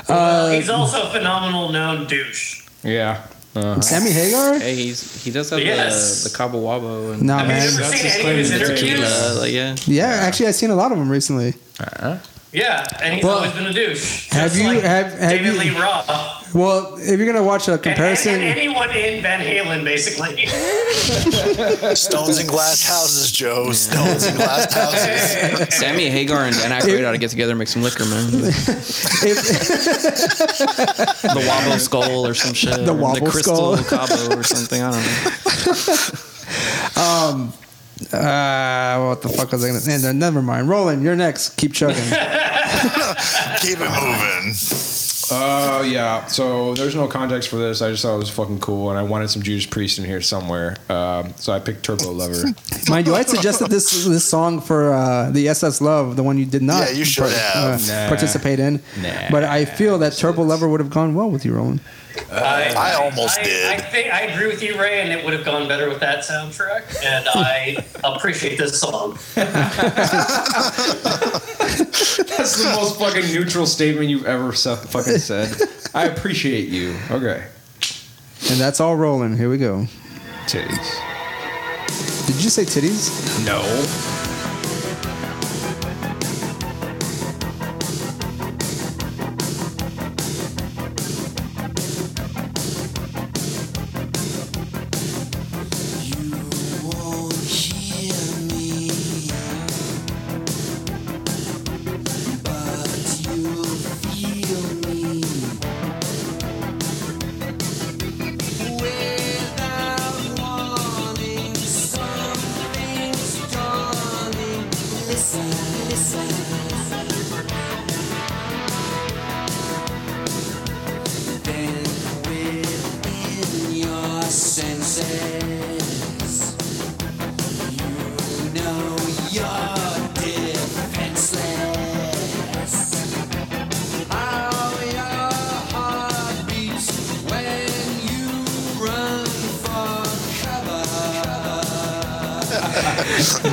D: Well, he's also a phenomenal known douche.
C: Yeah. Uh,
A: Sammy Hagar?
E: Hey, he's he does have
D: Yes.
E: the the Cabo Wabo and
A: Nah,
D: Have you
A: man.
D: ever
C: that's
D: seen
C: his
D: any of
C: claim
D: his
C: to
D: interviews?
E: tequila. Uh, Like, yeah.
A: Yeah, actually, I've seen a lot of them recently.
D: Uh-huh. Yeah, and he's
A: Well,
D: always been a douche.
A: have
D: Just
A: you-
D: like
A: have- have
D: David
A: you-
D: Lee Roth
A: Well, if you're gonna watch a
D: and,
A: comparison,
D: and anyone in Van Halen, basically.
B: Stones and glass houses, Joe. Stones and glass houses.
E: Sammy Hagar and Dan Aykroyd ought to get together and make some liquor, man. the
A: if,
E: Wobble Skull or some shit.
A: The
E: or
A: Wobble
E: the Crystal
A: Skull.
E: Cabo or something. I don't know.
A: um, uh, what the fuck was I gonna? Never- Never mind. Roland, you're next. Keep chugging.
B: Keep it moving.
C: Oh yeah. So there's no context for this. I just thought it was fucking cool, and I wanted some Judas Priest in here somewhere. Um, so I picked Turbo Lover.
A: Mind you, I suggested this this song for uh, the SS Love, the one you did not. uh,
B: Yeah, you should have.
C: Nah.
A: participate in.
C: Nah.
A: But I feel that Turbo Lover would have gone well with you, Roland.
B: I almost
D: I,
B: did.
D: I think I agree with you, Ray, and it would have gone better with that soundtrack. And I appreciate this song.
C: That's the most fucking neutral statement you've ever se- fucking said. I appreciate you. Okay.
A: And that's all Roland. Here we go.
C: Titties.
A: Did you say titties?
C: No.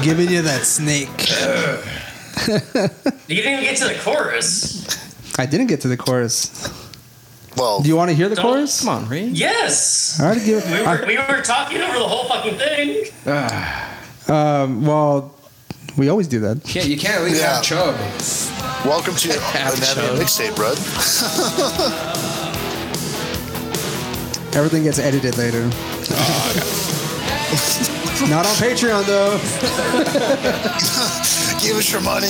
A: Giving you that snake.
D: You didn't even get to the chorus.
A: I didn't get to the chorus.
B: Well,
A: Do you want to hear the
D: Don't-
A: chorus?
E: Come on, Reed.
D: Yes.
A: I already give.
D: We
A: I-
D: were, we were talking over the whole fucking thing.
A: um, well, we always do that.
C: Yeah, you can't at least
B: Yeah.
C: have Chubb.
B: welcome to Anatomy of
E: show.
B: Mixtape, bro.
A: Everything gets edited later. Not on Patreon though.
B: Give us your money.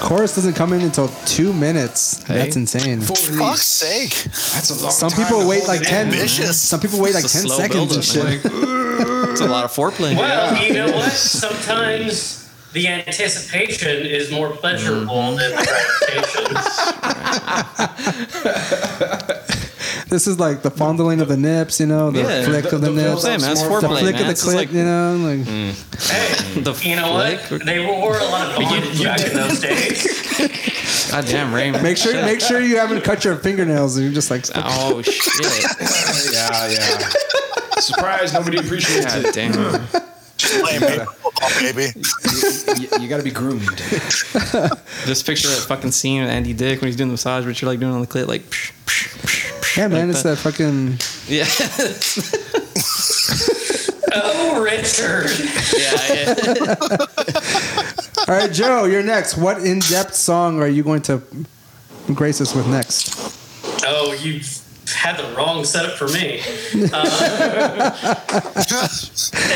A: Chorus doesn't come in until two minutes.
E: eh?
A: That's insane.
B: Fuck's sake.
C: That's a long
A: Some
C: time
A: people
C: to
A: wait
C: hold
A: like
C: it in.
A: ten.
B: Ambitious.
A: Some people wait like
E: It's a
A: ten
E: slow
A: seconds and
E: buildup,
A: shit.
E: It's a lot of foreplay.
D: Well, you know what? Sometimes the anticipation is more pleasurable
E: Mm-hmm.
D: than the gratification.
A: This is like the fondling of the nips, you know, the
E: Yeah.
A: flick of the,
C: The- the-
A: nips,
E: Hey, man, it's
A: the
E: foreplay,
A: flick
E: man.
A: of the
E: It's just
A: clit,
E: like, Mm.
A: you know. Like,
D: hey,
E: the
D: you know
E: flick.
D: what? They wore a lot of bondage back in those days.
E: God damn, Raymond.
A: Make sure, make sure you haven't cut your fingernails. And you're just like,
E: Oh shit!
C: Yeah, yeah. Surprise! Nobody appreciates
E: God
C: it.
E: damn.
B: Playing baby football, baby.
C: You, you got to be groomed.
E: Just picture that fucking scene with Andy Dick when he's doing the massage, but you're like doing it on the clit, like. Psh, psh, psh, psh.
A: yeah, man, it's that fucking.
E: Yeah,
D: Oh, Richard.
E: yeah, yeah.
A: All right, Joe, you're next. What in-depth song are you going to grace us with next?
D: Oh, you had the wrong setup for me. Uh, Um,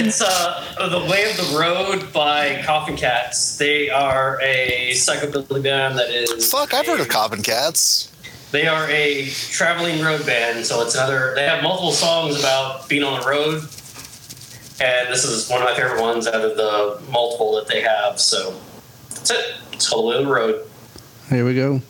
D: It's uh, The Way of the Road by Coffin Cats. They are a psychobilly band that is.
B: Fuck, I've heard
D: a
B: of Coppin Cats.
D: They are a traveling road band, so it's another. They have multiple songs about being on the road, and this is one of my favorite ones out of the multiple that they have. So that's it. It's all the way to the road.
A: Here we go.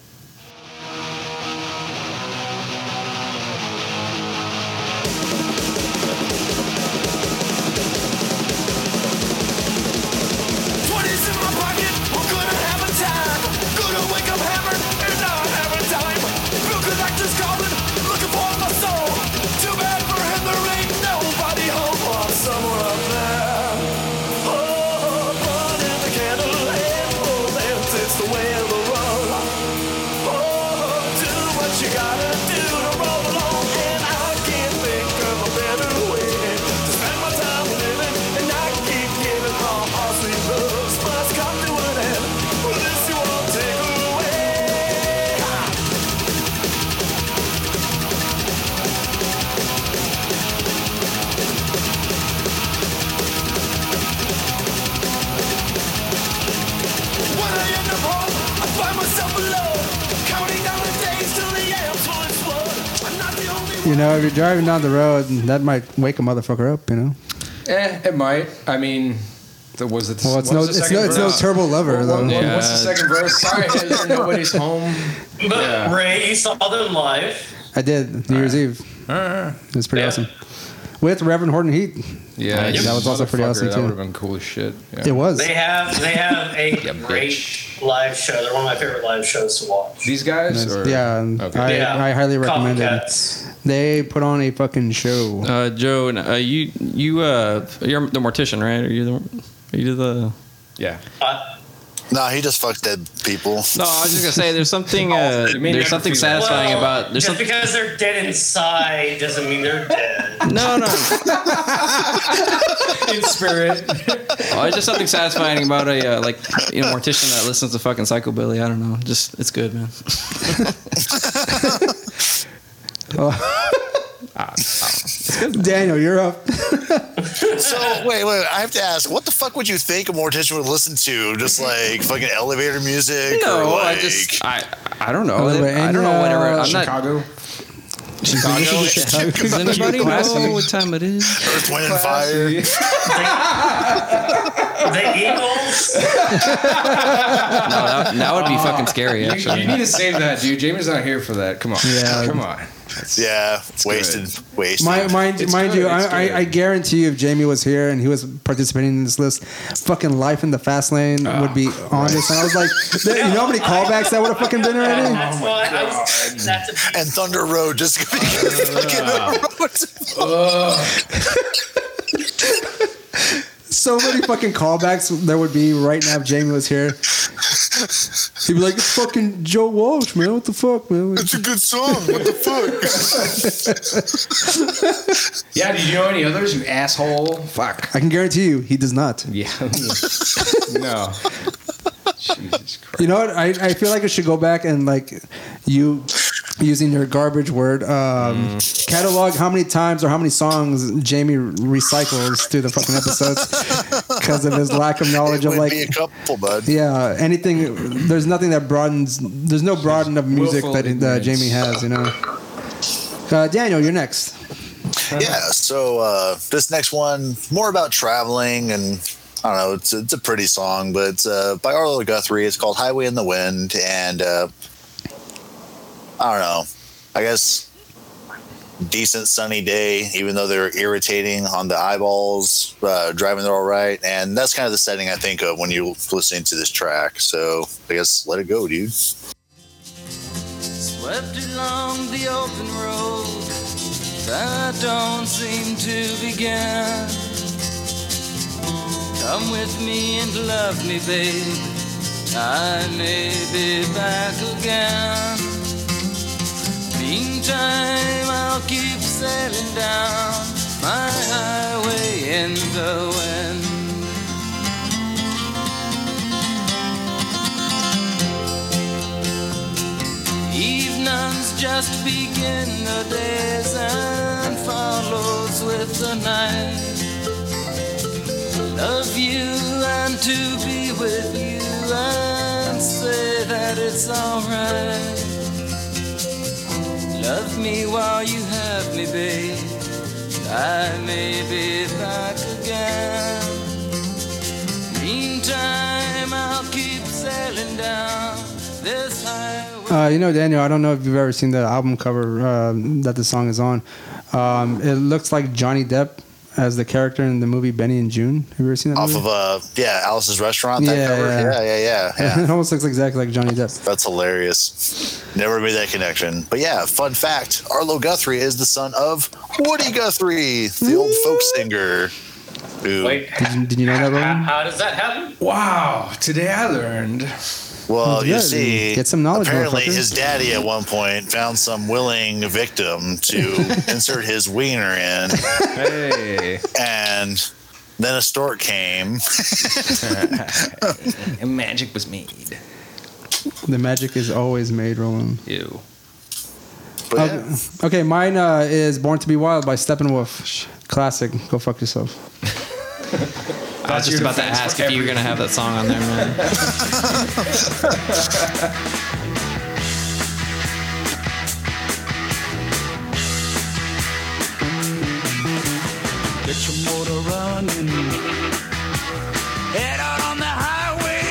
F: What is in my pocket? I'm gonna have a time. Gonna wake up hammered and not have a dime. Real good actors calling, looking for my soul. Too bad for him, there ain't nobody home. Oh, I'm somewhere up there. Oh, burning the candle and rolling. It's the way of the road. Oh, do what you gotta do to roll along. And I can't think of a better way to spend my time living. And I keep giving my all sweet loves. Must come to an end. Well, this you won't take away. Ha! When I end up home, I find myself alone. Counting down the days till the ambulance would. I'm not the only one.
A: You know, if you're driving down the road, that might wake a motherfucker up. You know.
C: Eh, it might. I mean, the, was it? The,
A: Well, it's
C: what
A: no,
C: was the
A: it's
C: second
A: no, it's no
C: verse?
A: turbo lover
C: What- what-
A: though.
C: what- What's the
E: Yeah.
C: second verse? Sorry, Heather, nobody's home.
D: But
C: Yeah.
D: Ray, you saw them live.
A: I did New Year's Eve. It's pretty
D: Yeah.
A: awesome. With Reverend Horton Heat,
C: Yeah,
A: That was also pretty
C: motherfucker,
A: awesome,
C: That
A: too.
C: would have been cool as shit. Yeah.
A: it was.
D: They have they have a
C: Yeah,
D: great
C: bitch.
D: live show. They're one of my favorite live shows to watch.
C: These guys? Or?
A: Yeah, and
C: Okay.
A: I,
D: Yeah.
A: I highly recommend
D: Coffin
A: it.
D: Cats.
A: They put on a fucking show.
E: Uh, Joe, uh, you you uh, you're the mortician, right? Are you the are you the
C: yeah.
D: Uh,
B: Nah, he just fucks dead people.
E: No, I was just gonna say there's something uh,
C: Oh, You may never
E: there's something
C: feel that.
E: satisfying
D: well,
E: about there's
D: just
E: something.
D: because they're dead inside doesn't mean they're dead.
E: No, no.
C: In spirit.
E: Oh, it's just something satisfying about a uh, like you know mortician that listens to fucking psychobilly. I don't know. Just it's good, man.
C: Ah,
A: Daniel, you're up.
B: So wait, wait. I have to ask, what the fuck would you think a mortician would listen to? Just like fucking elevator music? or
E: No, I
B: like,
E: just I I don't know.
A: A little bit
E: I don't know
A: Enya,
E: whatever. I'm not.
C: Chicago.
E: Chicago. Does anybody know what time it is?
B: Earth, wind, and fire.
D: The Eagles.
E: No, that, that would be fucking scary.
C: Uh, You,
E: Actually,
C: you need to save that, dude. Jamie's not here for that. Come on.
A: Yeah.
C: Come on.
B: Yeah, wasted, wasted.
A: My, mind
C: It's
A: mind
C: good,
A: you,
C: it's
A: I,
C: good.
A: I, I guarantee you, if Jamie was here and he was participating in this list, fucking life in the fast lane would be
C: Ah,
A: on this. And I was like, you know how many callbacks that would have fucking been already?
D: That's why I was. That's a
B: and Thunder Road just because
E: Uh,
B: fucking
C: Uh,
A: so many fucking callbacks there would be right now if Jamie was here. He'd be like, it's fucking Joe Walsh, man. What the fuck, man?
B: it's a good song. What the fuck?
C: Yeah, do you know any others, you asshole? Fuck.
A: I can guarantee you, he does not.
C: Yeah. no. Jesus Christ.
A: You know what? I, I feel like I should go back and like you using your garbage word um,
B: Mm.
A: catalog how many times or how many songs Jamie recycles through the fucking episodes because of his lack of knowledge
B: It
A: of
B: would
A: like
B: be a couple, bud.
A: yeah anything. There's nothing that broadens. There's no broaden of music
C: Willful
A: that uh,
C: ignorance.
A: Jamie has. You know. Uh, Daniel, you're next.
B: yeah so uh, this next one more about traveling and i don't know it's, it's a pretty song but it's, uh, by arlo guthrie it's called highway in the wind and uh, i don't know i guess decent sunny day even though they're irritating on the eyeballs uh, driving they're all right and that's kind of the setting i think of when you're listening to this track so i guess let it go dude
J: Swept along the open road that don't seem to begin. Come with me and love me, babe. I may be back again. Meantime, I'll keep sailing down my highway in the wind. Evenings just begin the days and follows with the night. Love you and to be with you and say that it's alright. Love me while you have me, babe. I may be back again. Meantime, I'll keep sailing down this highway.
A: Uh, you know, Daniel, I don't know if you've ever seen the album cover um, that the song is on. Um, it looks like Johnny Depp as the character in the movie Benny and June. Have you ever seen that
B: off
A: movie?
B: of uh yeah alice's restaurant that
A: Yeah,
B: cover
A: yeah. Mm-hmm.
B: yeah yeah yeah, yeah.
A: it almost looks exactly like Johnny Depp.
B: That's hilarious. Never made that connection. But yeah, fun fact Arlo Guthrie is the son of Woody Guthrie, the old folk singer. Who,
D: Wait,
A: Did you, did you know that,
D: how,
A: Roland?
D: how does that happen?
C: Wow. Today I learned.
B: well,
A: Yeah,
B: you see,
A: get some knowledge,
B: apparently
A: motherfucker.
B: his daddy at one point found some willing victim to insert his wiener in,
C: Hey.
B: and then a stork came.
E: and magic was made.
A: The magic is always made, Roland.
E: Ew.
B: But yeah,
A: Okay, okay, mine uh, is Born to Be Wild by Steppenwolf. Classic. Go fuck yourself.
E: I was just about to ask if you were gonna have that song on there, man.
J: Get your motor running. Head out on the highway.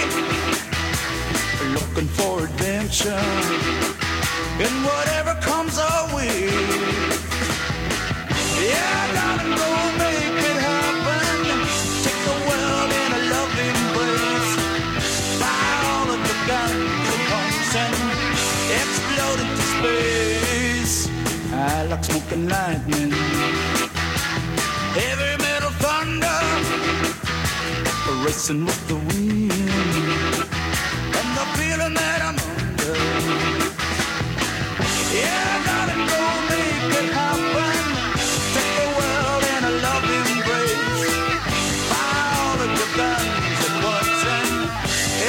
J: Looking for adventure. And whatever comes our way. Yeah, darling, go make it happen. Take the world in a loving place. Buy all of the guns and explode into space. I like smoking lightning heavy metal thunder, racing with the wind, and the feeling that I'm under. Yeah, darling, go make it happen. Take the world in a loving embrace. Buy all of the guns at once and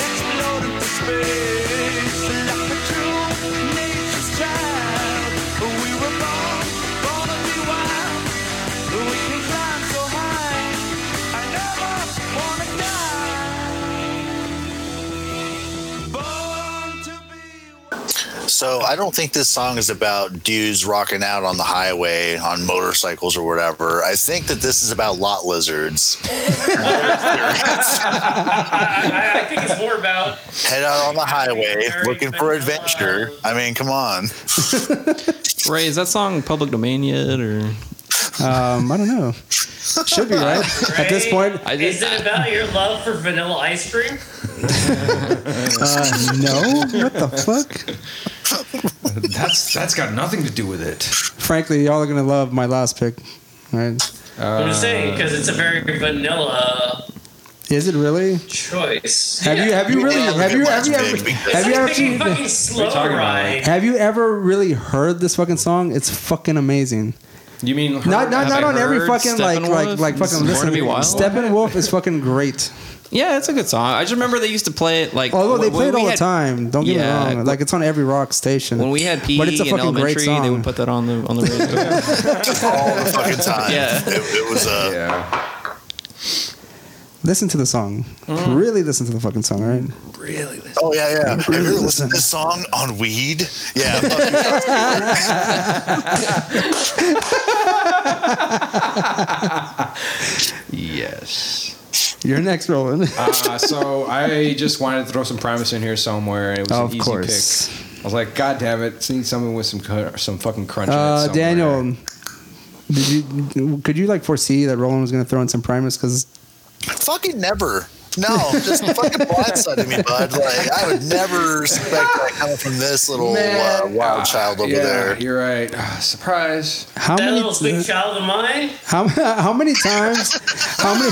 J: explode into space. Like a true nature's child, we were born, born to be wild. We can climb so high. I never wanna die.
B: So I don't think this song is about dudes rocking out on the highway on motorcycles or whatever. I think that this is about lot lizards
D: I, I think it's more about
B: head out on the highway looking for adventure. I mean, come on.
E: Ray, is that song public domain yet? Or
A: Um, I don't know. Should be right at this point.
E: I
D: Is it about your love for vanilla ice cream?
A: Uh, no, what the fuck?
C: That's that's got nothing to do with it.
A: Frankly, y'all are gonna love my last pick. All right?
D: I'm just saying because it's a very vanilla
A: Is it really?
D: choice.
A: Have you have you really
B: Yeah,
A: have you
B: my
A: have you
B: last
A: ever
B: pick, because-
A: have you
D: It's like
A: actually
D: fucking slow
C: talking about?
D: ride.
A: have you ever really heard this fucking song? It's fucking amazing.
C: You mean her-
A: Not not
E: Have
A: not
E: I
A: on every
E: heard
A: fucking like like
E: Steppenwolf?
A: like
E: Born to
A: fucking listen.
E: Be Wild?
A: Steppenwolf is fucking great.
E: yeah, it's a good song. I just remember they used to play it like
A: Although they
E: when- when
A: play it
E: we
A: all the
E: had-
A: time. Don't get
E: Yeah,
A: me wrong.
E: but-
A: Like it's on every rock station.
E: When we had PE
A: But it's a
E: in
A: fucking great
E: elementary, they
A: song.
E: would put that on the on the radio.
B: all the fucking time.
E: Yeah.
B: It, it was uh,
C: Yeah.
A: listen to the song.
E: Mm.
A: Really listen to the fucking song, all right?
B: Oh yeah, yeah. Have you ever listened to this song on weed? Yeah. fuck you. uh,
C: Yes.
A: You're next, Roland.
C: Uh, so I just wanted to throw some Primus in here somewhere, and it was
A: Of
C: an easy
A: course.
C: pick. I was like, God damn it, see someone with some cur- some fucking crunch.
A: Uh,
C: in it somewhere.
A: Daniel, did you could you like foresee that Roland was going to throw in some Primus? Because
B: fucking never. No, just fucking blindsided me, bud. Like I would never expect that coming from this little uh, wild child over
C: yeah,
B: there.
C: You're right. Ah, surprise.
A: how
D: That
A: many
D: little big child of mine.
A: how how many times how many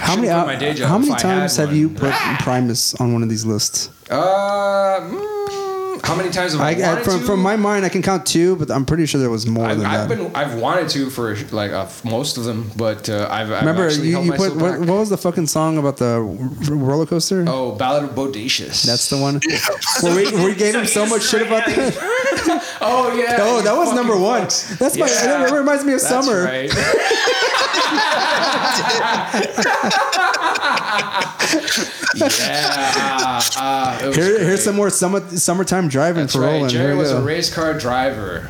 A: how many
C: Should've
A: uh,
C: quit my day job
A: how many
C: if I
A: times
C: had
A: have you
C: one.
A: put Primus on one of these lists?
C: Uh, mm, how many times have I,
A: I, I
C: wanted
A: from
C: to?
A: from my mind, I can count two, but I'm pretty sure there was more
C: I've,
A: than
C: I've
A: that.
C: been I've wanted to for like uh, f- most of them, but uh, I've, I've
A: Remember,
C: actually
A: you,
C: held
A: you put
C: myself
A: what,
C: back.
A: what was the fucking song about the r- roller coaster?
C: Oh, Ballad of Bodacious.
A: That's the one where we, we gave him so
D: you
A: much shit
D: straight
A: about
D: out-
A: that.
C: oh yeah.
A: Oh, that
C: you
A: was number
C: fucking
A: one.
C: fucks.
A: That's my.
C: Yeah.
A: That reminds me of
C: That's
A: summer.
C: right. yeah. Uh, it was
A: Here,
C: great.
A: here's some more summer summertime driving
C: That's
A: for
C: right.
A: Roland.
C: Jerry
A: Here we
C: was a
A: go.
C: race car driver.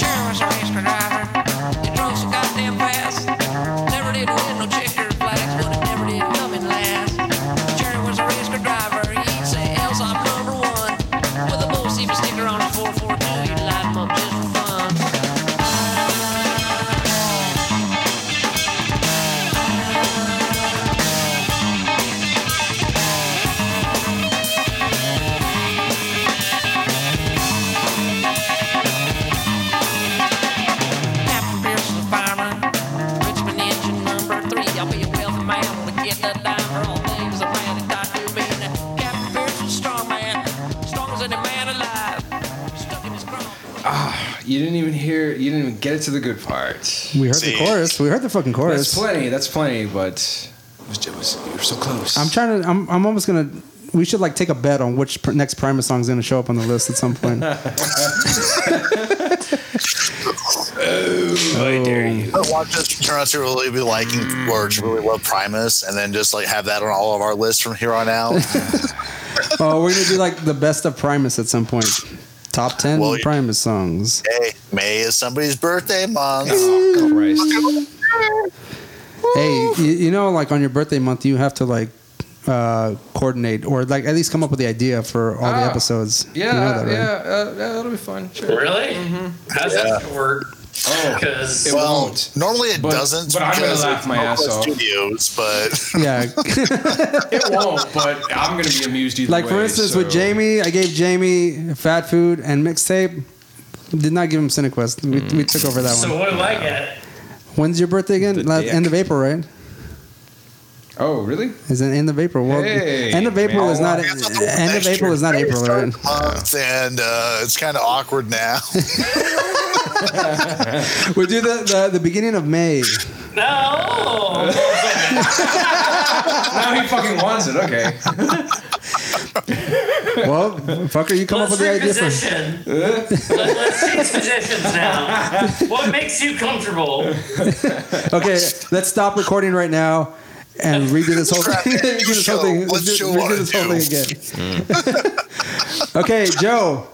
J: Jerry was a race car driver. He drove so goddamn fast. Never did win no checker flags, but it never did come in last. Jerry was a race car driver. He'd say, "Els, I'm number one." With a bull seat sticker on his 442, he'd light 'em up just for fun. Captain Pierce is a farmer. Richmond engine number three. I'll be a wealthy man with a kid that died for all things a man that died to be. Captain Pierce was a strong man, strong as any man alive. Stuck in his craw.
C: Ah, You didn't even hear. You didn't even get it to the good part.
A: We heard
B: See.
A: the chorus. We heard the fucking
C: That's
A: chorus.
C: plenty. That's plenty. But it was, it was, you were so close.
A: I'm trying to. I'm. I'm almost gonna. We should like take a bet on which pr- next Primus song's gonna show up on the list at some point. Oh.
B: But watch us turn out to really be liking or to really love Primus, and then just like have that on all of our lists from here on out.
A: oh, we're gonna do like the best of Primus at some point. Top ten
B: Well, you-
A: Primus songs.
B: hey, May is somebody's birthday month.
C: Oh, Christ.
A: Hey, you, you know, like on your birthday month, you have to like uh coordinate or like at least come up with the idea for all the
C: Ah,
A: episodes.
C: Yeah,
A: you know that, right?
C: yeah, uh, yeah, that'll be fun. Sure. Mm-hmm. Oh,
D: Really? How's that gonna work? Because
C: It
B: well,
C: won't.
B: normally it
C: But-
B: doesn't.
C: but I'm gonna
B: because
C: laugh
B: of
C: my ass
B: Oakland
C: off.
B: Studios, but
A: Yeah,
C: It won't. But I'm gonna be amused either
A: Like
C: way.
A: for instance, with
C: so-
A: Jamie, I gave Jamie fat food and mixtape. Did not give him Cinequest. We, we took over that
D: so
A: one.
D: what do I get?
A: When's your birthday again?
E: The
A: Last,
E: dick.
A: end of April, right?
C: Oh, really?
A: Is it end of April? Well,
C: Hey,
A: end of April
C: man.
A: is not
B: That's not the
A: end of
B: next
A: April
B: year.
A: is not April,
B: Start
A: right?
B: the month, and uh, it's kind of awkward now.
A: We do the, the the beginning of May.
D: No.
C: now he fucking wants it. Okay.
A: Well, fucker, you come up
D: Let's
A: with the idea for.
D: reposition. Let- Let's change positions now. What makes you comfortable?
A: Okay, let's stop recording right now and redo this whole
B: Scrap
A: thing.
B: it.
A: redo this whole
B: Show
A: thing.
B: what
A: Let's do,
B: you wanna
A: redo this
B: do.
A: whole thing again. okay, Joe.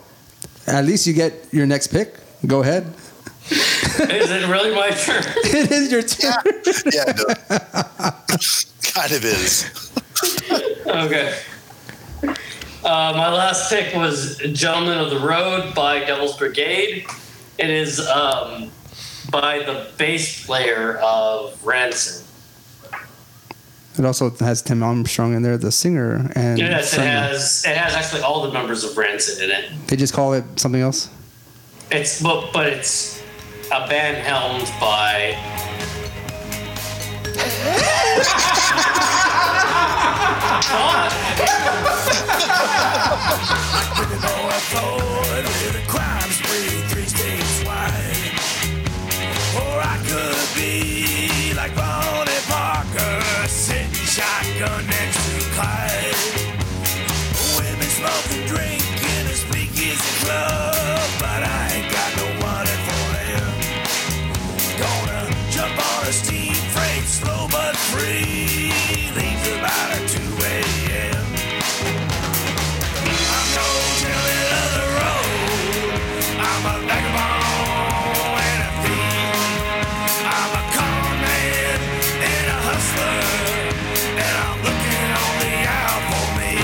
A: At least you get your next pick. Go ahead.
D: Is it really my turn?
A: It is your turn.
B: yeah, I know. kind of is.
D: Okay. Uh, my last pick was Gentlemen of the Road by Devil's Brigade. It is um, by the bass player of Rancid.
A: It also has Tim Armstrong in there, the singer, and
D: Yes, it
A: Sunny.
D: has. It has actually all the members of Rancid in it.
A: they just call it something else.
D: It's but but it's a band helmed by.
F: Or I could be like Bonnie Parker, sitting shotgun next to Clyde. Women smoking, drinking, a speakeasy club, but I ain't got no money for him. Gonna jump on a steam freight, slow but free, leaves about at 2 a.m. I'm no telling of the road. I'm a vagabond and a thief. I'm a con man and a hustler, and I'm looking only out for me.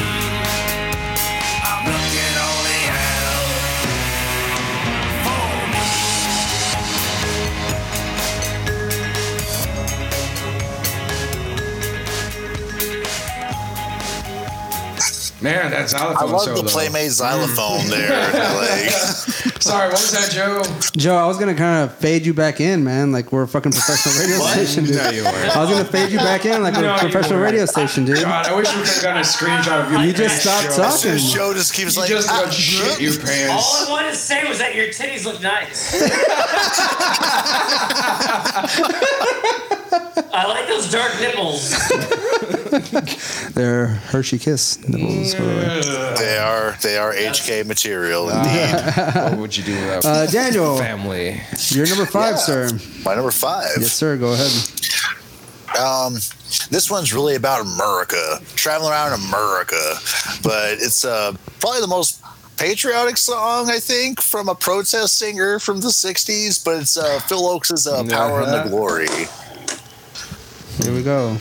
F: I'm looking only out for me.
C: Man, that
B: I
C: xylophone
B: love
C: solo. Mm.
B: the Playmate xylophone there. Like,
C: Sorry, what was that, Joe?
A: Joe, I was gonna kind of fade you back in, man. Like we're a fucking professional radio station, dude.
C: No, you weren't.
A: I was gonna fade you back in like
C: No,
A: a
C: you
A: professional
C: weren't.
A: radio station, dude.
C: God, I wish we could have gotten a screenshot of you.
A: You just
C: Joe.
B: this
A: stopped talking.
B: show just keeps
C: You
B: like,
C: just
B: ah,
C: got shit your pants.
D: All I wanted to say was that your titties look nice. I like those dark nipples.
A: They're Hershey Kiss nipples. by the way.
B: they are they are HK material indeed.
C: what would you do without
A: Uh, Daniel,
C: family?
A: you're number five, sir.
B: My number five.
A: Yes, sir. Go ahead.
B: Um, this one's really about America, traveling around America, but it's uh, probably the most patriotic song I think from a protest singer from the '60s. But it's uh, Phil Oakes' uh, "Power and
C: Uh-huh.
B: the Glory."
A: Here we go.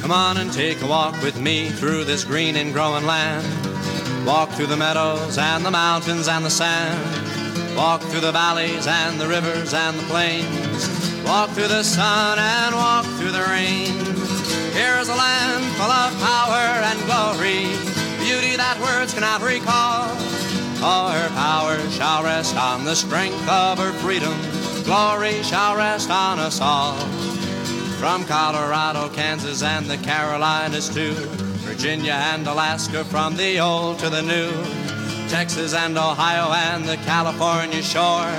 K: Come on and take a walk with me through this green and growing land. Walk through the meadows and the mountains and the sand. Walk through the valleys and the rivers and the plains. Walk through the sun and walk through the rain. Here is a land full of power and glory, beauty that words cannot recall. All her power shall rest on the strength of her freedom. Glory shall rest on us all. From Colorado, Kansas, and the Carolinas too. Virginia and Alaska, from the old to the new. Texas and Ohio and the California shore.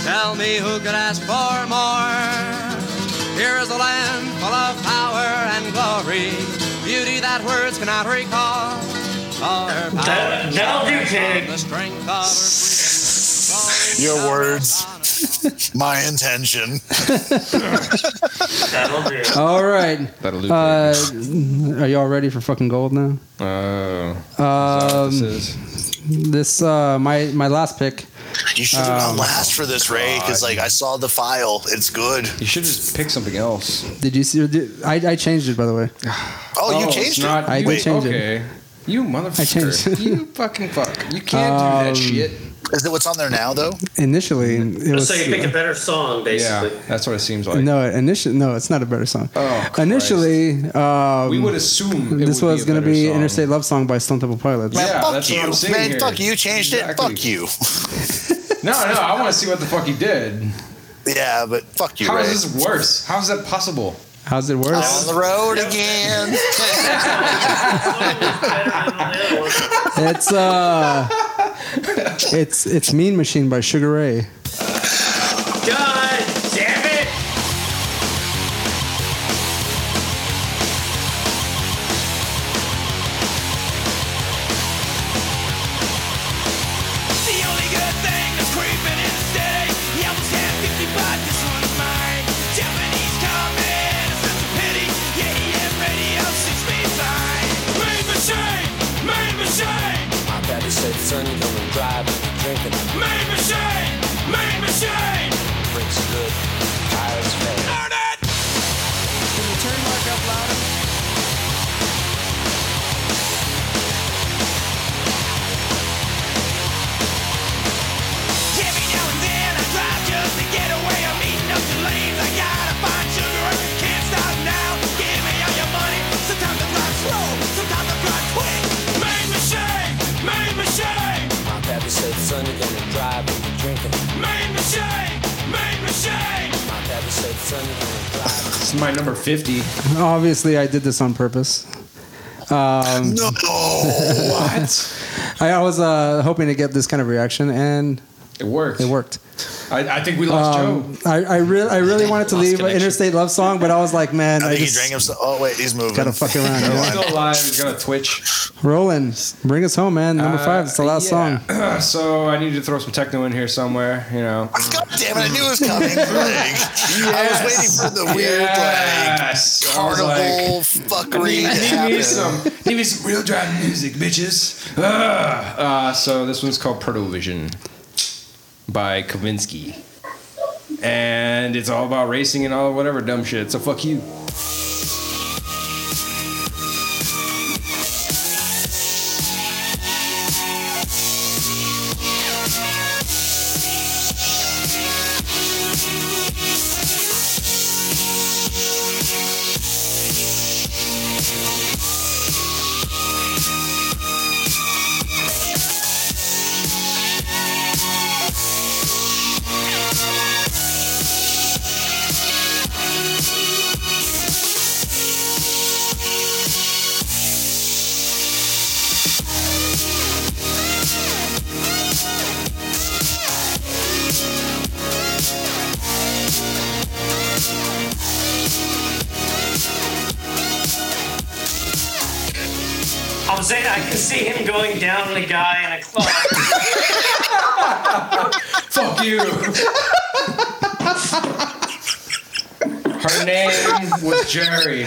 K: Tell me who could ask for more. Here is a land full of power and glory, beauty that words cannot recall. For her power
D: That- that'll do,
K: and
D: kid.
K: the strength of her freedom. Glory
B: Your
K: shall
B: words.
K: rest on us
B: My intention.
D: That'll do.
A: All right.
C: That'll do.
A: Uh, are y'all ready for fucking gold now? Oh.
C: Uh, this
A: Um,
C: is.
A: this uh, my my last pick. um,
B: You should have
C: Um,
B: gone last for this, Ray, because like I saw the file. It's good.
C: You should just pick something else.
A: Did you see? Did, I I changed it by the way.
B: Oh, you
C: it's
B: changed it.
C: not-
A: I
C: you-
A: did change it.
C: okay. You motherfucker.
A: I changed it.
C: You fucking fuck. You can't do that shit.
B: Is it what's on there now though?
A: Initially, it was
D: So you pick a better song,
C: Yeah,
D: basically.
C: that's what it seems like.
A: no. Initially, no. It's not a better song.
C: Oh, Christ.
A: initially, um,
C: we would assume it
A: this
C: would be
A: was
C: a
A: gonna
C: better
A: be
C: song.
A: Interstate Love Song by Stone Temple Pilots.
C: Yeah,
B: man, fuck
C: that's what
B: you,
C: I'm saying
B: man.
C: here.
B: Fuck you, changed
C: Exactly.
B: it. Fuck you.
C: No, no, I want to see what the fuck he did.
B: Yeah, but fuck you,
C: How
B: Ray.
C: is this worse? How is that possible?
A: How's it work?
B: On the road again.
A: It's uh, it's it's Mean Machine by Sugar Ray.
F: God damn it! The only good thing that's creeping in steady. The album's had 50, but this one's mine. Japanese comment is such a pity. Yeah, EM radio suits me fine. Main machine, main machine. My daddy said, son, you don't drive, drinking. Main machine, main machine. Drinks good, tires bad. Learn it. Can you turn Mark up louder? Every now and then I drive just to get away. I'm eating up the lanes. I gotta find sugar. Can't stop now. Give me all your money. Sometimes I drive slow. Sometimes I drive quick. Main machine. Main machine. My pappy said, son, you're gonna drive and be drinking. Main machine. Main machine. My pappy said, son, you're gonna drive.
C: This is my number 50.
A: Obviously, I did this on purpose. Um,
B: no,
C: what?
A: I was uh, hoping to get this kind of reaction, and
C: It worked.
A: it worked.
C: I, I think we lost
A: Um,
C: Joe.
A: I I, re- I really wanted to
E: Lost
A: leave an
E: connection.
A: Interstate Love Song, but I was like, man,
B: I
A: I,
B: think he
A: just
B: drank himself. Oh wait, he's moving.
A: gotta fuck around.
B: Go
C: He's
B: on.
C: still alive. He's gonna twitch.
A: Roland, bring us home, man. Number five. It's the last
C: Uh,
A: song.
C: song. so I need to throw some techno in here somewhere. You know.
B: God damn it! I knew it was coming. Like, I was waiting for the weird
C: Yes.
B: like
C: I was
B: carnival
C: like,
B: fuckery. to
C: Need me
B: happen.
C: some, need me some real drive music, bitches. Ugh. Uh, so this one's called Protovision by Kavinsky, and it's all about racing and all whatever dumb shit. So fuck you.
G: I was saying I can see him going down on a guy in a club.
C: Fuck you. Her name was Jerry.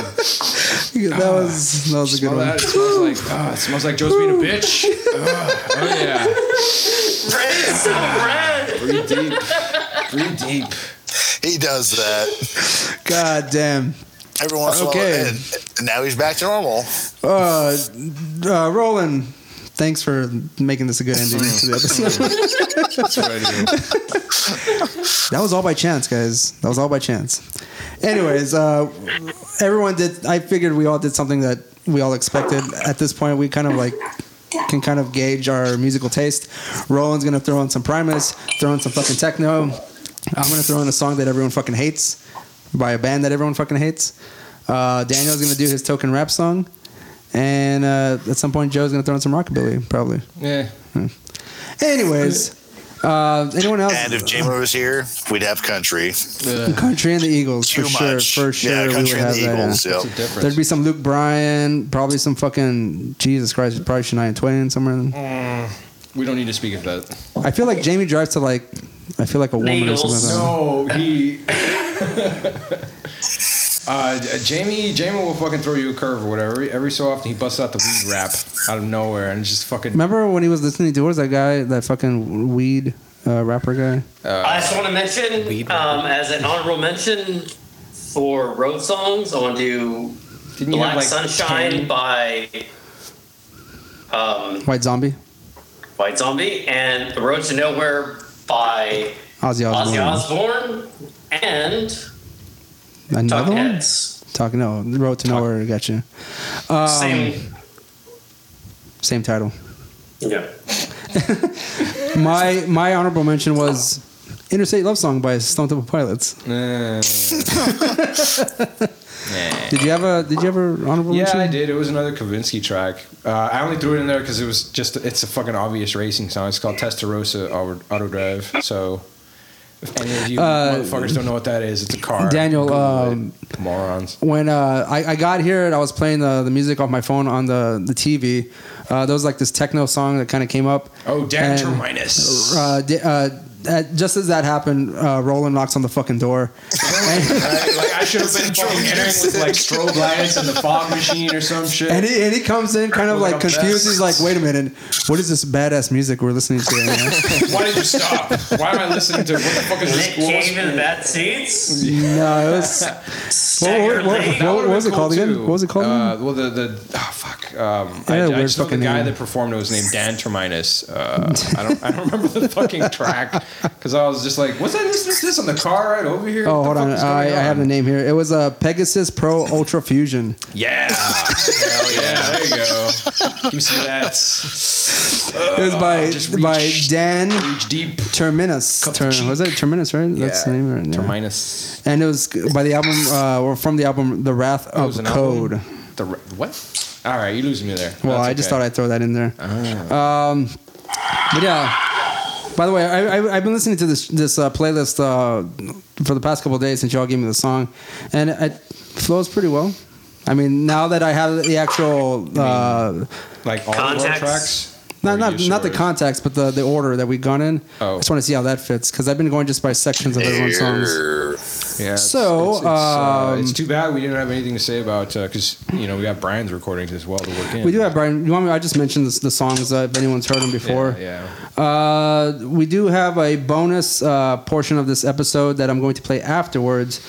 A: That was that was a good
C: Uh, Smell
A: one.
C: that. It smells like, ah, it smells like Joe's being a bitch. Ugh. oh yeah.
G: red, so red.
C: Breathe deep. Breathe deep.
B: He does that
A: God damn.
B: every once in
A: Okay.
B: a while. And and now he's back to normal.
A: Uh, uh, Roland, thanks for making this a good ending to the episode.
C: That's what I do.
A: that was all by chance, guys. That was all by chance. Anyways, uh, everyone did. I figured we all did something that we all expected. At this point, we kind of like can kind of gauge our musical taste. Roland's gonna throw in some Primus, throw in some fucking techno. I'm gonna throw in a song that everyone fucking hates by a band that everyone fucking hates. Uh, Daniel's gonna do his token rap song, and uh, at some point, Joe's gonna throw in some rockabilly, probably. Hmm.
C: Yeah.
A: Anyways, uh, anyone else?
B: And if Jamie was here, we'd have country.
A: Country and the Eagles
B: Too
A: for sure,
B: much.
A: for sure.
B: yeah,
A: we
B: country
A: would
B: and the
A: have that, uh, yeah.
B: Eagles.
C: What's
B: yeah.
C: the difference?
A: There'd be some Luke Bryan, probably some fucking Jesus Christ, probably Shania Twain somewhere. in-
C: Mm, we don't need to speak of that.
A: I feel like Jamie drives to like, I feel like a woman or
G: Eagles.
A: something. Like
C: No, he. uh, Jamie, Jamie will fucking throw you a curve or whatever. Every, every so often, he busts out the weed rap out of nowhere and it's just
A: that.
C: fucking.
A: Remember when he was listening to what was that guy, that fucking weed uh, rapper guy?
G: I just want to mention, um, as an honorable mention for road songs, I want to do
C: Didn't
G: Black
C: Tony?
G: Sunshine by um,
A: White Zombie,
G: White Zombie and The Road to Nowhere by
A: Ozzy Osbourne.
G: Ozzy Osbourne and
A: Another one?
G: Tuckheads.
A: Talk no, Road to Nowhere. Got you.
G: Same.
A: Same title.
G: Yeah.
A: my my honorable mention was Interstate Love Song by Stone Temple Pilots. Did you have a Did you have an honorable
C: Yeah,
A: mention?
C: I did. It was another Kavinsky track. Uh, I only threw it in there because it was just it's a fucking obvious racing song. It's called Testarossa Auto- Auto Drive. So if any of you
A: Uh,
C: motherfuckers don't know what that is, it's a car.
A: Daniel,
C: Google
A: um,
C: it. morons.
A: when uh, I, I got here and I was playing the, the music off my phone on the, the TV, uh, there was like this techno song that kind of came up.
C: Oh, Dan
A: And,
C: Terminus.
A: Uh, di- uh, that, just as that happened, uh, Roland knocks on the fucking door.
C: Like, like, I should have been fucking entering with like strobe lights and the fog machine or some shit.
A: And he, and he comes in kind of
C: Look
A: like
C: up
A: confused.
C: that.
A: He's like, wait a minute, what is this badass music we're listening to? Right
C: Why did you stop? Why am I listening to what the fuck is
D: Nick
C: this? What was-
D: Cave in the bad seats.
A: now? no, it was. What, what- what-
D: Staggered
A: what-
D: late.
A: what was it called again? What was it called? again?
C: Uh, well, the the oh, fuck. Um,
A: Yeah,
C: I, I
A: weird
C: just know the
A: fucking
C: guy
A: name.
C: that performed it was named Dan Terminus. Uh, I don't I don't remember the fucking track because I was just like, what's that? Is this on the car right over here?
A: oh,
C: What
A: hold
C: the fuck
A: on.
C: is going
A: I, I have the name here. It was a uh, Pegasus Pro Ultra Fusion.
C: Yeah, hell yeah, there you go. You see that?
A: It was by
C: Uh, just
A: by
C: reach-
A: Dan
C: Reach deep.
A: Terminus.
C: Cut the
A: Ter-
C: cheek.
A: was that Terminus, right? That's the name right yeah.
C: Terminus.
A: And it was by the album, uh, or from the album, The Wrath
C: Oh, it
A: of
C: was an
A: Code.
C: album? The re- what? All right, you're losing me there.
A: Well, I just thought I'd throw that in there.
C: Ah.
A: Um, but yeah. By the way, I, I, I've been listening to this this uh, playlist uh, for the past couple of days since y'all gave me the song, and it, it flows pretty well. I mean, now that I have the actual uh,
C: like all of our
D: Context.
C: tracks.
A: not
C: Or
A: not,
C: just
A: not the
C: yours?
A: context, but the, the order that we've gone in.
C: Oh.
A: I just want to see how that fits because I've been going just by sections of everyone's songs.
B: Err.
C: Yeah. it's-
A: So,
C: it's, it's, uh,
A: um,
C: it's too bad we didn't have anything to say about because you know we got Brian's recordings as well to work in.
A: We do have Brian. You want me? I just mentioned this, the songs uh, if anyone's heard them before.
C: Yeah, yeah.
A: Uh, we do have a bonus uh, portion of this episode that I'm going to play afterwards.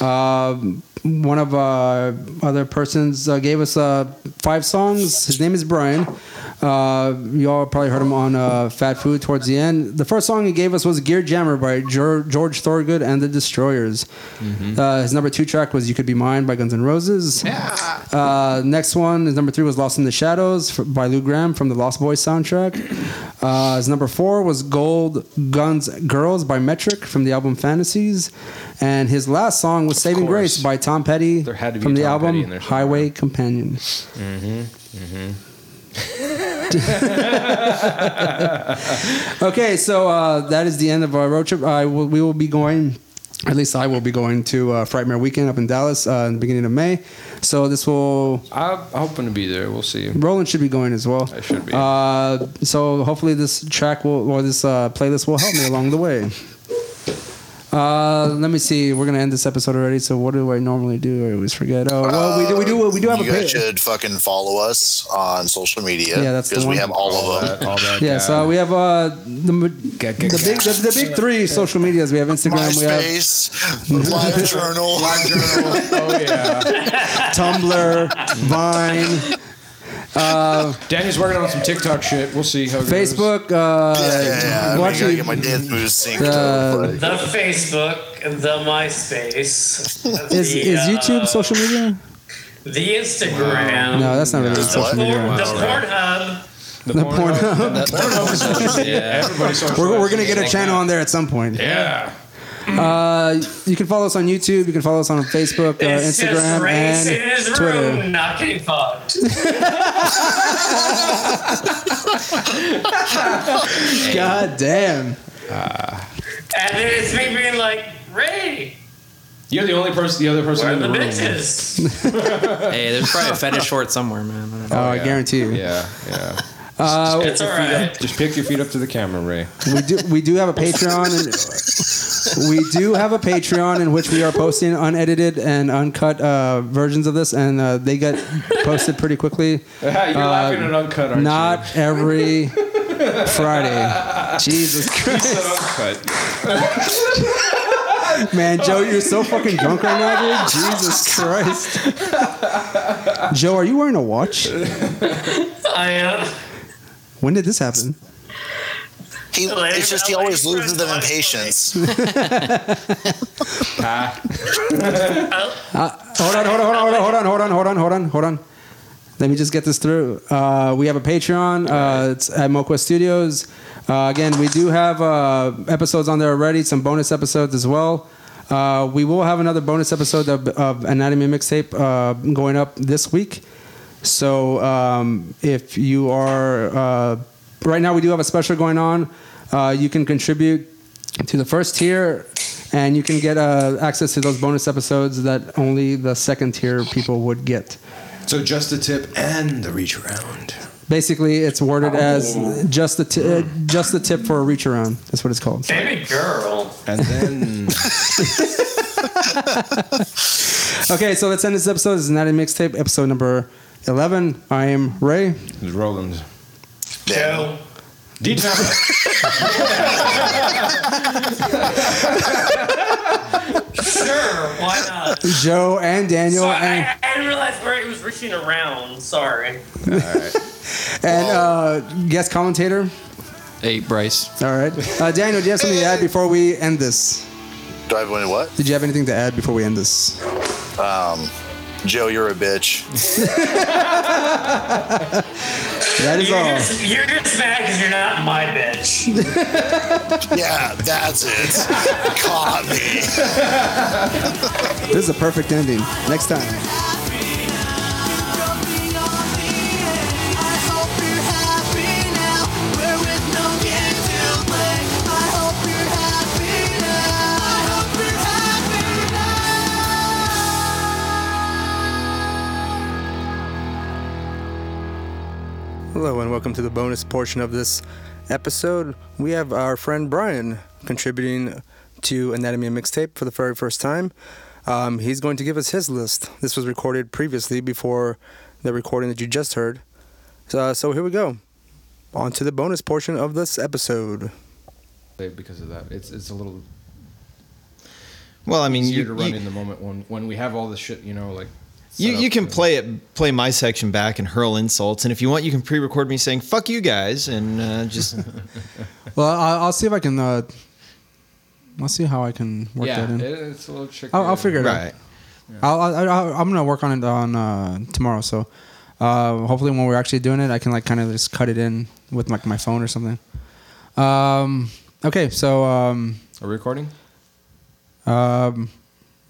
A: Um one of uh, other persons uh, gave us uh, five songs. His name is Brian. Uh, you all probably heard him on uh, Fat Food towards the end. The first song he gave us was Gear Jammer by Ger- George Thorogood and the Destroyers.
C: Mm-hmm.
A: Uh, his number two track was You Could Be Mine by Guns N' Roses. Uh, next one is number three was Lost in the Shadows f- by Lou Graham from the Lost Boys soundtrack. Uh, his number four was Gold Guns Girls by Metric from the album Fantasies, and his last song was Saving
C: course.
A: Grace by Tom Petty
C: There had to be
A: from
C: a
A: the
C: Tom Petty
A: album
C: in there somewhere.
A: Highway Companion. Okay, so uh, that is the end of our road trip. I will, we will be going, at least I will be going to uh, Frightmare Weekend up in Dallas uh, in the beginning of May. So this will
C: I'm hoping to be there. We'll see.
A: Roland should be going as well.
C: I should be.
A: Uh, so hopefully this track will or this uh, playlist will help me along the way. Uh, let me see. We're gonna end this episode already. So what do I normally do? I always forget. Oh, well, we do. We do. We do have
B: you
A: a
B: guys
A: page.
B: should fucking follow us on social media.
A: Yeah, that's the
B: because we
A: one.
B: have all of them.
C: That- all that,
A: Yeah,
C: uh,
A: so we have uh, the, ma- the big the, the big three social medias. We have Instagram, we have
B: MySpace, Live Journal,
C: oh
B: Live Journal.
C: yeah.
A: Tumblr, Vine,
C: Danny's Uh, working on some TikTok shit. We'll see how it goes.
A: Facebook. Uh,
B: Yeah, yeah, yeah. I mean, I gotta
A: watching-
B: get my dance moves synced
A: Uh,
B: up.
D: The Facebook, the MySpace,
A: is
D: the,
A: is
D: uh,
A: YouTube social media?
D: the Instagram,
A: No, that's not really social
B: What?
D: the,
A: media.
D: Por- the
C: Wow.
D: Pornhub.
C: The,
A: The
C: porn.
A: Pornhub.
C: yeah. Everybody's on
A: We're, we're gonna get a channel uh, on there at some point.
C: Yeah.
A: Uh, you can follow us on YouTube. You can follow us on Facebook, uh,
D: It's just
A: Instagram,
D: race in
A: and
D: his room,
A: Twitter.
D: not getting fucked.
A: God damn.
C: Ah,
D: And then it's me being like, Ray,
C: You're the only person. The other person
D: where are
C: in
D: the
C: the, room.
D: bitches?
E: Hey, there's probably a fetish short somewhere, man. I don't
A: Oh,
E: know.
A: I
C: yeah.
A: guarantee you.
C: Yeah. Yeah.
A: Uh,
D: It's all right.
C: Just pick your feet up to the camera, Ray.
A: we do we do have a Patreon and we do have a Patreon in which we are posting unedited and uncut uh, versions of this, and uh, they get posted pretty quickly. Uh,
C: You're laughing at uncut, aren't you?
A: Not every Friday. Jesus Christ.
C: uncut.
A: Man, Joe, you're so fucking drunk right now, dude. Jesus Christ. Joe, are you wearing a watch?
D: I am.
A: When did this happen?
B: He, it's just he always loses them in patience.
A: Uh, Hold on, hold on, hold on, hold on, hold on, hold on, hold on, hold on, hold on. Let me just get this through. Uh, we have a Patreon. Uh, it's at Moqua Studios. Uh, again, we do have uh, episodes on there already, some bonus episodes as well. Uh, we will have another bonus episode of, of Anatomy Mixtape uh, going up this week. So um, if you are, uh, right now we do have a special going on. Uh, you can contribute to the first tier, and you can get uh, access to those bonus episodes that only the second tier people would get.
C: So just the tip and the reach around.
A: Basically, it's
B: Oh.
A: worded as just the t- uh, just the tip for a reach around. That's what it's called.
D: Baby girl.
C: And then
A: Okay, so let's end this episode. This is not a mixtape, episode number eleven. I am Ray.
C: Roland.
D: Joe.
C: DJ.
D: Sure, why not?
A: Joe and Daniel
D: Sorry,
A: and
D: I, I didn't realize where he was reaching around. Sorry.
A: and uh, guest commentator.
E: Hey, Bryce.
A: All right, uh, Daniel, do you have something to add before we end this?
B: Do I have any what?
A: Did you have anything to add before we end this?
B: Um, Joe, you're a bitch.
A: That is
D: You're
A: all.
D: just, you're just mad because you're not my bitch.
B: yeah, that's it. Caught me.
A: This is a perfect ending. Next time. Hello and welcome to the bonus portion of this episode. We have our friend Brian contributing to Anatomy and Mixtape for the very first time. Um, he's going to give us his list. This was recorded previously before the recording that you just heard. So, so here we go. On to the bonus portion of this episode.
C: Because of that, it's it's a little
L: Well, I mean,
C: easier
L: you,
C: to run in
L: you,
C: the moment when when we have all this shit, you know, like.
L: you,
C: set
L: you
C: up
L: can
C: and-
L: play it, play my section back and hurl insults, and if you want, you can pre-record me saying "fuck you guys" and uh, just
A: Well, I'll, I'll see if I can. Uh, I'll see how I can work
C: Yeah,
A: that in.
C: it- it's a little tricky.
A: I'll, I'll figure it out.
L: right.
A: I'll, I'll, I'll, I'm gonna work on it on uh, tomorrow. So uh, hopefully, when we're actually doing it, I can like kind of just cut it in with like my phone or something. Um, okay, so um,
C: Are we recording?
A: um,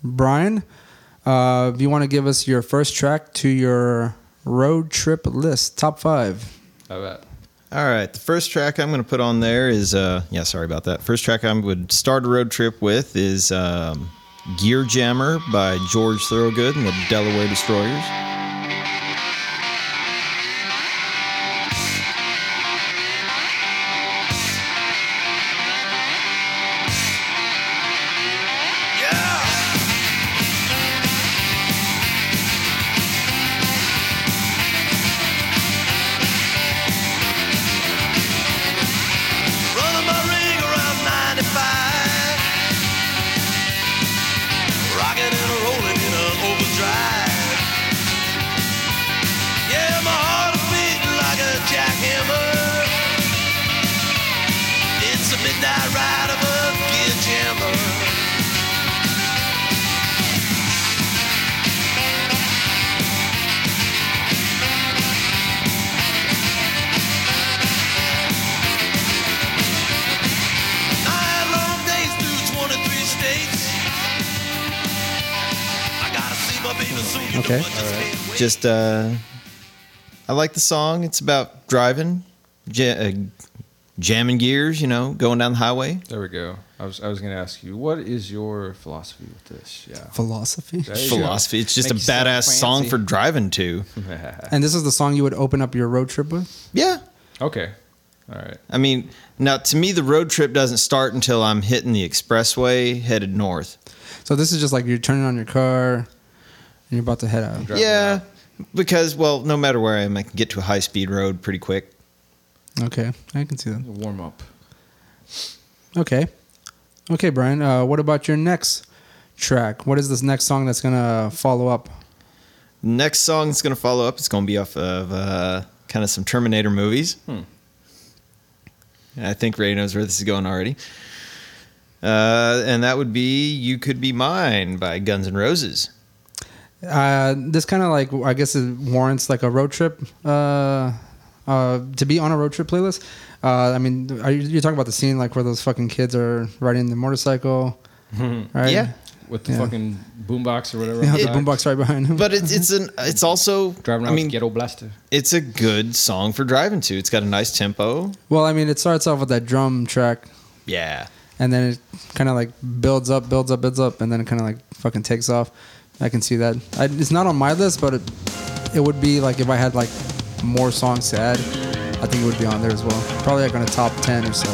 A: Brian, uh, you want to give us your first track to your road trip list, top five.
C: I bet.
L: All right, the first track I'm going to put on there is uh yeah, sorry about that. First track I would start a road trip with is um, Gear Jammer by George Thorogood and the Delaware Destroyers.
F: Running my rig around 95. Rocking and rolling in a overdrive. Yeah, my heart is beating like a jackhammer. It's a midnight ride of a gear jammer. I had long days through 23 states. I gotta see my baby soon. You
A: Okay.
F: know I just can't wait.
L: just uh i like the song it's about driving ja- uh, jamming gears you know going down the highway
C: There we go. I was I was gonna ask you, what is your philosophy with this? Yeah.
A: Philosophy.
C: There you go.
L: philosophy it's just
C: Makes
L: a
C: you sound
L: badass song
C: fancy.
L: for driving to
A: And this is the song you would open up your road trip with.
L: yeah
C: okay. All right.
L: i mean now to me the road trip doesn't start until i'm hitting the expressway headed north
A: So this is just like you're turning on your car and you're about to head out.
C: Driving
L: yeah because well no matter where i am i can get to a high speed road pretty quick
A: Okay, I can see that.
C: Warm up.
A: Okay. Okay, Brian. Uh, what about your next track? What is this next song that's gonna follow up?
L: next song that's going to follow up is going to be off of uh, kind of some Terminator movies.
C: Hmm.
L: And I think Ray knows where this is going already. Uh, and that would be "You Could Be Mine" by Guns N' Roses.
A: Uh, this kind of like I guess it warrants like a road trip. Uh, uh, to be on a road trip playlist. Uh, I mean, are you, you're talking about the scene like where those fucking kids are riding the motorcycle, right?
L: Yeah.
C: With the
A: Yeah.
C: fucking boombox or whatever.
A: Yeah,
C: on
A: the
C: back.
A: boombox right behind him.
L: But it's it's an Uh, it's also
C: Driving
L: I
C: around
L: mean,
C: with ghetto blaster.
L: It's a good song for driving to. It's got a nice tempo.
A: Well, I mean, it starts off with that drum track,
L: Yeah.
A: and then it kind of like builds up, builds up, builds up, and then it kind of like fucking takes off. I can see that. I, it's not on my list, but it, it would be like if I had like more songs to add, I think it would be on there as well. Probably like on a top ten or so.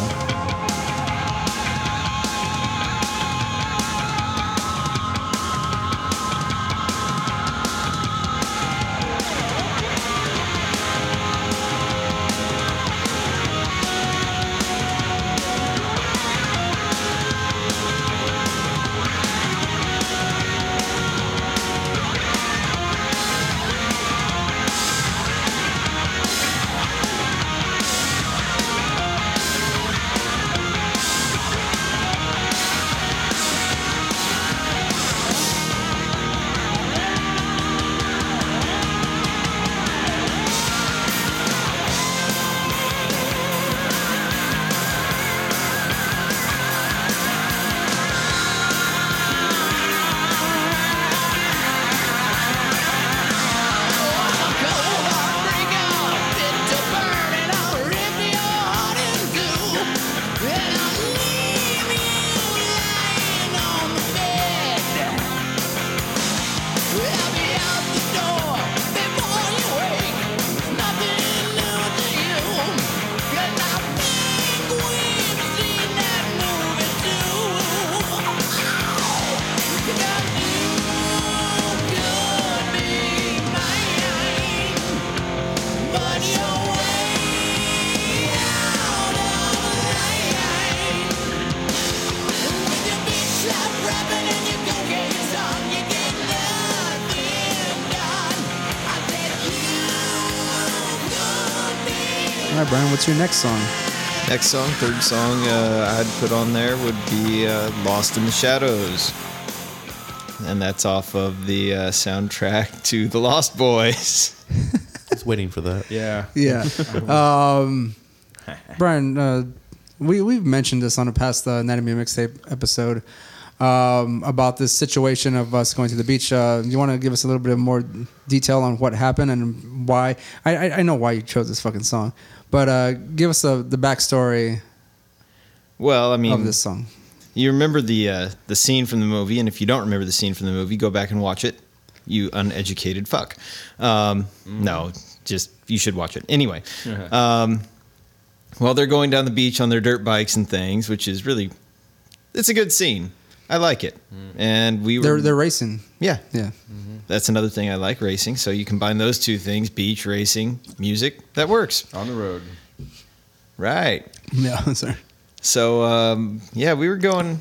A: All right, Brian, what's your next song?
L: Next song, third song uh, I'd put on there would be uh, Lost in the Shadows. And that's off of the uh, soundtrack to The Lost Boys.
M: Just waiting for that.
C: Yeah.
A: Yeah. um, Brian, uh, we we've mentioned this on a past uh, Anatomy of mixtape episode um, about this situation of us going to the beach. Uh, you want to give us a little bit of more detail on what happened and why? I I, I know why you chose this fucking song, but uh, give us the the backstory
L: Well, I mean,
A: of this song.
L: You remember the uh, the scene from the movie, and if you don't remember the scene from the movie, go back and watch it. You uneducated fuck. Um, No, just you should watch it anyway.
C: Uh-huh.
L: Um, well, they're going down the beach on their dirt bikes and things, which is really it's a good scene. I like it, and we were
A: They're they're racing.
L: yeah
A: Yeah.
L: That's another thing I like racing. So you combine those two things: beach racing, music. That works
C: on the road.
L: Right.
A: Yeah. Sorry.
L: So um, yeah, we were going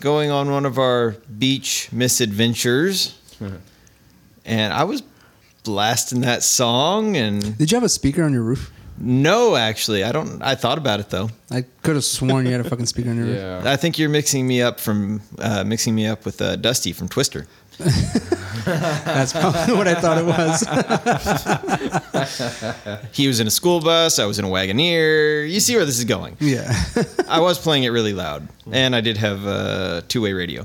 L: going on one of our beach misadventures, and I was blasting that song. And
A: did you have a speaker on your roof?
L: No, actually, I don't. I thought about it though.
A: I could have sworn you had a fucking speaker on your roof.
L: I think you're mixing me up from uh, mixing me up with uh, Dusty from Twister.
A: That's probably what I thought it was.
L: he was in a school bus. I was in a Wagoneer. You see where this is going.
A: Yeah.
L: I was playing it really loud, and I did have a two-way radio.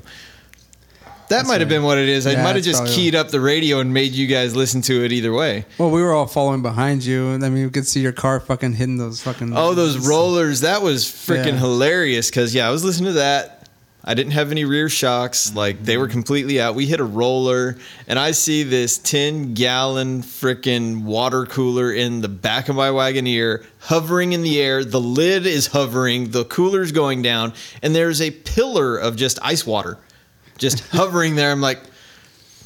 L: That
A: That's
L: might have
A: right.
L: been what it is. I
A: Yeah,
L: might have
A: that's
L: just
A: probably
L: keyed up the radio and made you guys listen to it either way.
A: Well, we were all following behind you, and I mean, we could see your car fucking hitting those fucking.
L: Oh, those rollers! That was freaking
A: Yeah.
L: hilarious. Because yeah, I was listening to that. I didn't have any rear shocks; like they were completely out. We hit a roller, and I see this ten-gallon freaking water cooler in the back of my Wagoneer, hovering in the air. The lid is hovering, the cooler's going down, and there's a pillar of just ice water, just hovering there. I'm like,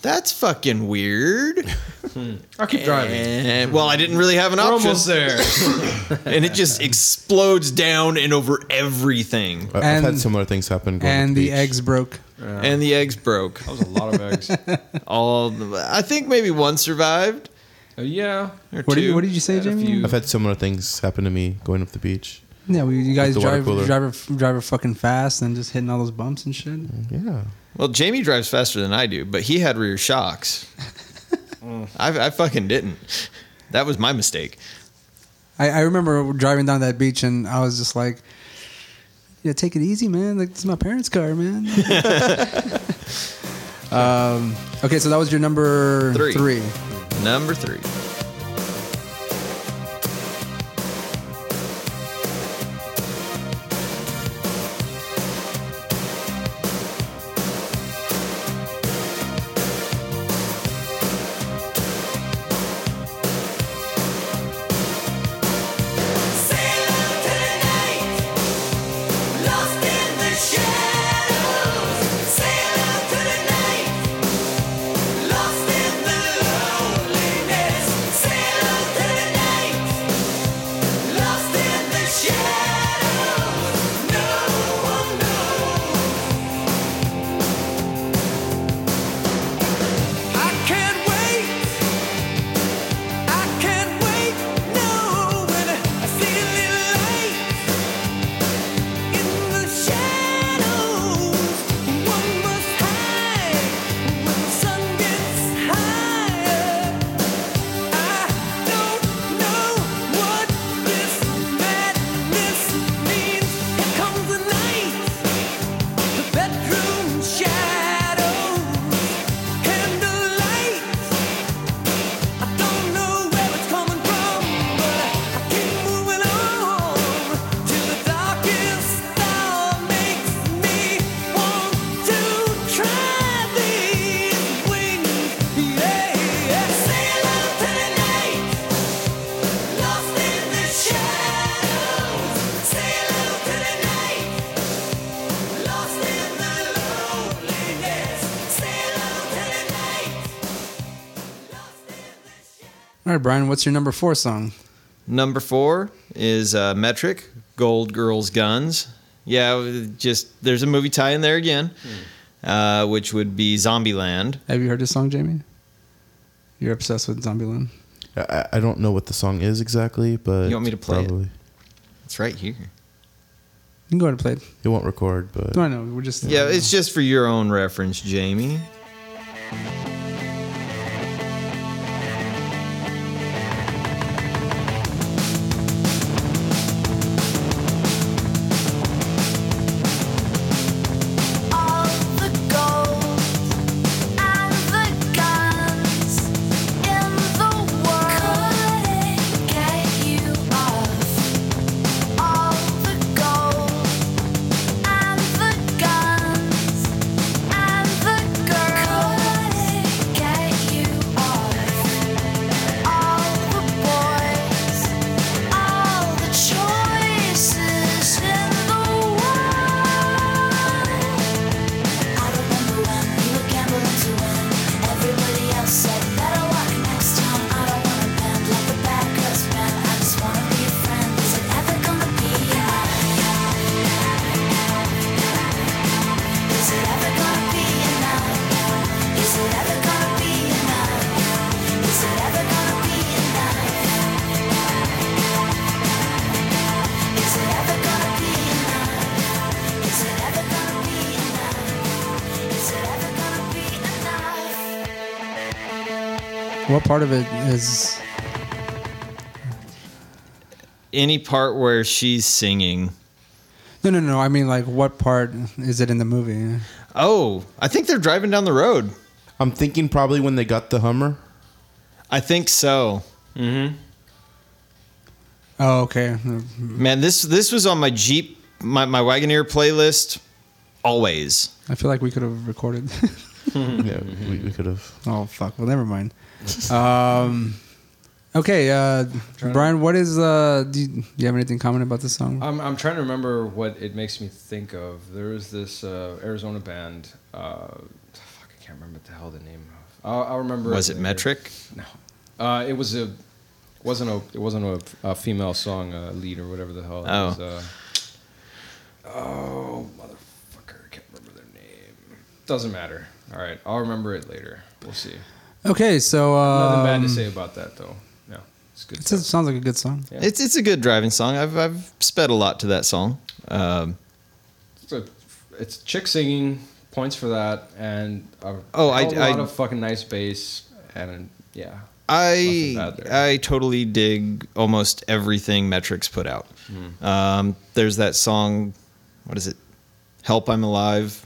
L: that's fucking weird.
C: I Hmm. keep driving.
L: And, well, I didn't really have an
C: We're
L: option.
C: almost there.
L: and it just explodes down and over everything.
M: I- I've had similar things happen. Going
A: and
M: to
A: the
M: beach.
A: eggs broke.
L: and the eggs broke. That
C: was a lot of eggs.
L: All I think maybe one survived.
C: Uh, yeah.
L: Or
A: What did you-
L: two.
A: what did you say, Had a Jamie? few.
M: I've had similar things happen to me going up the beach.
A: Yeah, well, you guys
M: the water
A: drive
M: cooler.
A: drive drive fucking fast and just hitting all those bumps and shit.
M: Yeah.
L: Well, Jamie drives faster than I do, but he had rear shocks. I, I fucking didn't. That was my mistake.
A: I, I remember driving down that beach and I was just like, yeah, take it easy, man. Like, this is my parents' car, man. um, okay, so that was your number
L: Three.
A: three.
L: Number three.
F: Lost in the shadows, sail out to the night. Lost in the loneliness, sail out to the night. Lost in the shadows, no one knows. I can't wait. I can't wait. No, when I see a little light.
A: All right, Brian, what's your number four song?
L: Number four is uh, Metric, Gold Girls Guns. Yeah, it was just there's a movie tie in there again, uh, which would be Zombieland.
A: Have you heard this song, Jamie? You're obsessed with Zombieland.
M: I- I, I don't know what the song is exactly, but
L: You want me to play it?
M: probably.
L: It's right here.
A: You can go ahead and play it.
M: It won't record, but
A: No, I know. We're just
L: Yeah, it's just for your own reference, Jamie.
F: Choices in the world. I remember when we were gambling to win. Everybody else said, better luck next time. I don't wanna bend like the bad girls bend. I just wanna be a friend. Is it ever gonna be enough? Is it ever gonna be enough? Is it ever gonna be enough? Is it ever gonna be enough? Is it ever gonna be enough? Is it ever gonna be enough? Is it ever gonna be enough?
A: What part of it is
L: Any part where she's singing.
A: No, no, no. I mean, like, what part is it in the movie?
L: Oh, I think they're driving down the road.
M: I'm thinking probably when they got the Hummer.
L: I think so. Mm-hmm.
A: Oh, okay.
L: Man, this this was on my Jeep, my, my Wagoneer playlist, always.
A: I feel like we could have recorded.
M: yeah, we, we could have.
A: oh fuck. Well, never mind. Um, okay, uh, Brian. What is? Uh, do, you, do you have anything comment about this song?
C: I'm, I'm trying to remember what it makes me think of. There was this uh, Arizona band. Uh, fuck, I can't remember what the hell the name of. I'll, I'll remember.
L: Was it
C: later.
L: Metric?
C: No, uh, it was a wasn't a it wasn't a, a female song uh, lead or whatever the hell. It
L: Oh.
C: was, uh, oh, motherfucker! I can't remember their name. Doesn't matter. All right, I'll remember it later. We'll see.
A: Okay, so
C: Nothing bad to
A: um,
C: say about that though. No, it's good.
A: It sounds like a good song.
L: It's it's a good driving song. I've I've sped a lot to that song. Um,
C: It's, a, it's chick singing. Points for that, and a
L: Oh, I-
C: hell of a lot
L: I-
C: of fucking nice bass and Yeah.
L: I I totally dig almost everything Metrics put out.
C: Mm.
L: Um, there's that song, what is it? Help I'm Alive.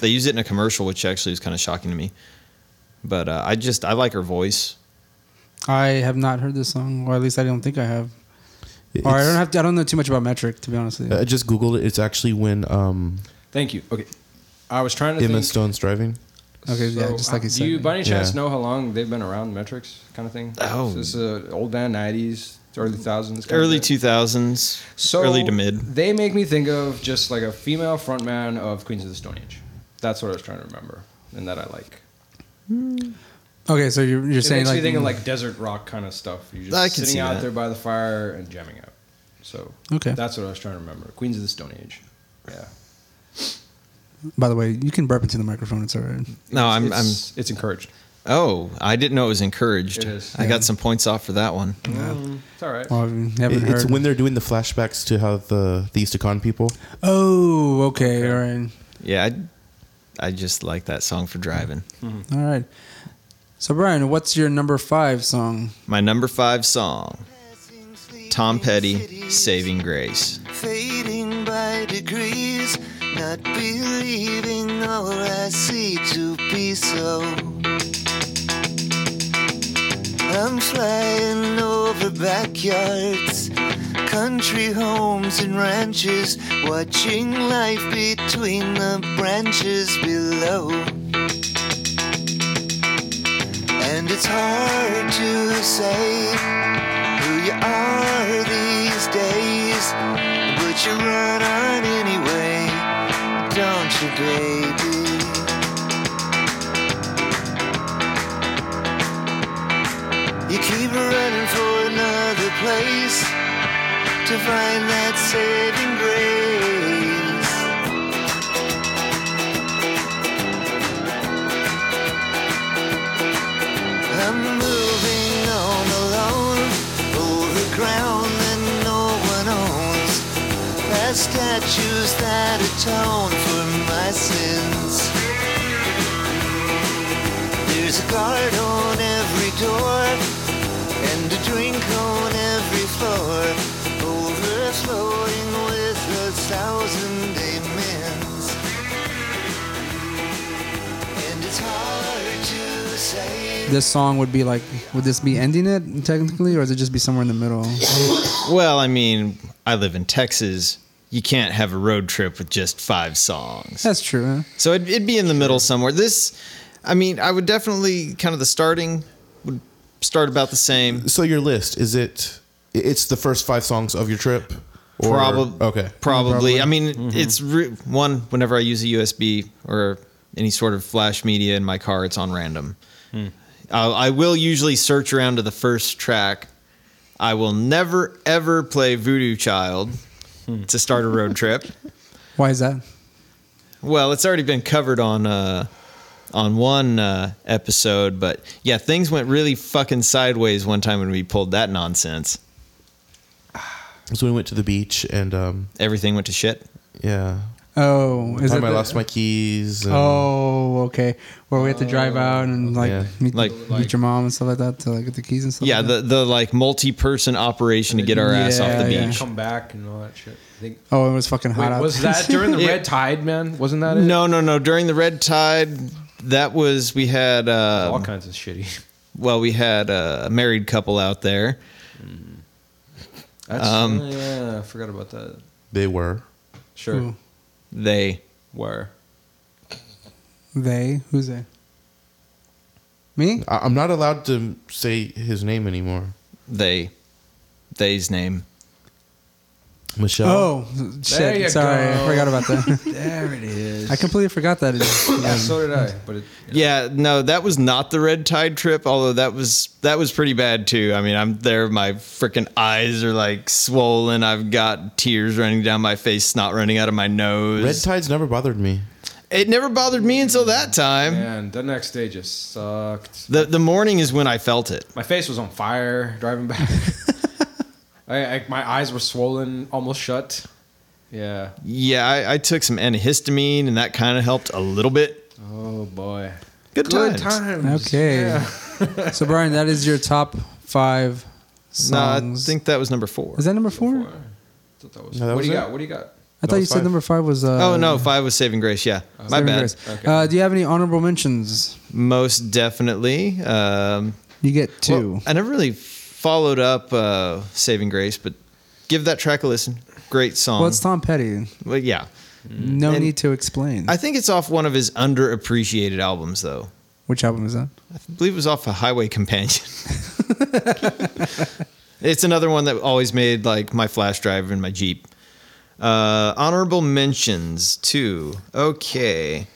L: They use it in a commercial, which actually is kind of shocking to me. But uh, I just I like her voice.
A: I have not heard this song, or at least I don't think I have. Or I
M: It's-
A: don't have. To, I don't know too much about metric, to be honest with you.
M: I just googled it. It's actually when um,
C: Thank you. Okay. I was trying to
M: Emma
C: think.
M: Stone's driving.
A: Okay, yeah, just
C: uh,
A: like
C: do
A: you said.
C: you, by any chance,
M: Yeah.
C: know how long they've been around? Metrics, kind of thing.
L: Oh.
C: So this is an old band, '90s, early thousands. kind of
L: Early
C: thing.
L: two thousands,
C: So
L: early to mid.
C: They make me think of just like a female frontman of Queens of the Stone Age. That's what I was trying to remember, and that I like.
A: Okay, so you're, you're
C: it
A: saying
C: makes
A: like,
C: me think of like desert rock kind of stuff. You're just
A: I can
C: sitting
A: see
C: out
A: that.
C: there by the fire and jamming out. So
A: Okay.
C: that's what I was trying to remember. Queens of the Stone Age. Yeah.
A: Mm. by the way, you can burp into the microphone. It's all right.
L: No, I'm
C: It's-
L: I'm
C: it's encouraged.
L: Oh, I didn't know it was encouraged.
C: It is.
L: I got some points off for that one.
C: it's all right.
M: It- it's when they're doing the flashbacks to how the they used to con people.
A: Oh, okay, all right,
L: Yeah, I, I just like that song for driving.
C: Mm-hmm.
A: all right. So Brian, what's your number five song?
L: My number five song Tom Petty, Saving Grace.
N: fading by degrees, not believing all I see to be so. I'm flying over backyards, country homes and ranches, watching life between the branches below. And it's hard to say who you are these days, but you run on anyway, don't you, baby? You keep running for another place to find that saving grace. I'm moving on alone over ground that no one owns. Past statues that atone for my sins. There's a guard on every door and a drink on every floor, overflowing with a thousand amens. And it's hard to say.
A: This song would be like, would this be ending it technically, or is it just be somewhere in the middle?
L: Well, I mean, I live in Texas. You can't have a road trip with just five songs.
A: That's true. Huh?
L: So it'd, it'd be in the middle somewhere. This, I mean, I would definitely kind of the starting would start about the same.
M: So your list is it? It's the first five songs of your trip. Or-
L: Probably.
M: Okay.
L: Probably. Mm-hmm. I mean,
M: Mm-hmm.
L: it's re- one. Whenever I use a USB or any sort of flash media in my car, it's on random.
M: Hmm.
L: I'll- I will usually search around to the first track. I will never ever play Voodoo Child
M: Hmm.
L: to start a road trip.
A: Why is that?
L: Well, it's already been covered on uh, on one uh, episode, but yeah, things went really fucking sideways one time when we pulled that nonsense.
M: So we went to the beach and um,
L: Everything went to shit.
M: yeah.
A: Oh,
M: One
A: is
M: time
A: it
M: I
A: the-
M: lost my keys. and-
A: Oh, okay. Where we have to drive out and like
M: Yeah.
A: meet,
L: Like-
A: meet your mom and stuff like that to like get the keys and stuff.
L: Yeah,
A: like
L: the the like multi person operation to get our ass off the
A: Yeah, yeah.
L: beach.
C: Come back and all that shit. I think.
A: that. Oh, it was fucking hot
C: Wait,
A: out.
C: was
A: there.
C: that during the
L: Yeah.
C: red tide, man? Wasn't that it?
L: No, no, no. During the red tide, that was we had uh,
C: All kinds of shitty.
L: Well, we had a married couple out there.
C: That's,
L: Um,
E: oh,
C: yeah, I forgot about that.
M: They were.
C: Sure.
A: Ooh.
L: They
C: were.
A: They? Who's they? Me?
M: I, I'm not allowed to say his name anymore.
L: They. They's name.
M: Michelle.
A: Oh, shit. Sorry, I forgot about that.
C: there it is.
A: I completely forgot that.
C: yeah, so did I. But it,
L: Yeah, no, that was not the red tide trip. Although that was that was pretty bad too. I mean, I'm there, my freaking eyes are like swollen. I've got tears running down my face, snot running out of my nose.
M: Red tides never bothered me.
L: It never bothered me until that time.
C: man, the next day just sucked.
L: The the morning is when I felt it.
C: My face was on fire driving back. I, I, my eyes were swollen, almost shut. Yeah.
L: Yeah, I, I took some antihistamine, and that kind of helped a little bit.
C: Oh boy.
L: Good,
C: Good
L: times.
C: times.
A: Okay. so Brian, that is your top five
L: No, I
A: songs.
L: think that was number four.
A: is that number four?
L: No, that
C: what
L: was
C: do you
L: it?
C: got? What do you got?
A: I thought you said number five was. Uh,
L: oh no, five was Saving Grace. Yeah, my
C: Oh.
A: Saving
L: bad.
A: Grace. Uh, do you have any honorable mentions?
L: Most definitely. Um,
A: you get two.
L: I never really followed up uh, Saving Grace, but give that track a listen. Great song.
A: Well, it's Tom Petty.
L: Well, yeah.
A: No
L: And
A: need to explain.
L: I think it's off one of his underappreciated albums, though.
A: Which album is that?
L: I believe it was off a Highway Companion. it's another one that always made like my flash drive in my Jeep. Uh, honorable mentions too. Okay.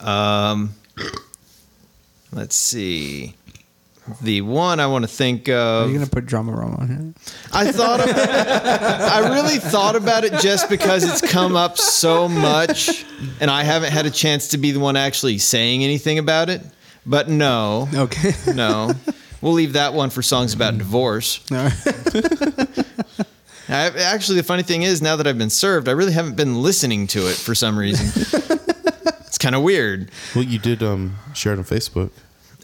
L: Um, let's see. The one I want to think
A: Are
L: of.
A: you gonna put Drama Rome on here?
L: I thought of, I really thought about it just because it's come up so much and I haven't had a chance to be the one actually saying anything about it. But no.
A: Okay.
L: No. We'll leave that one for songs about divorce.
A: No.
L: I, actually, the funny thing is, now that I've been served, I really haven't been listening to it for some reason. it's kind of weird.
M: Well, you did um share it on Facebook.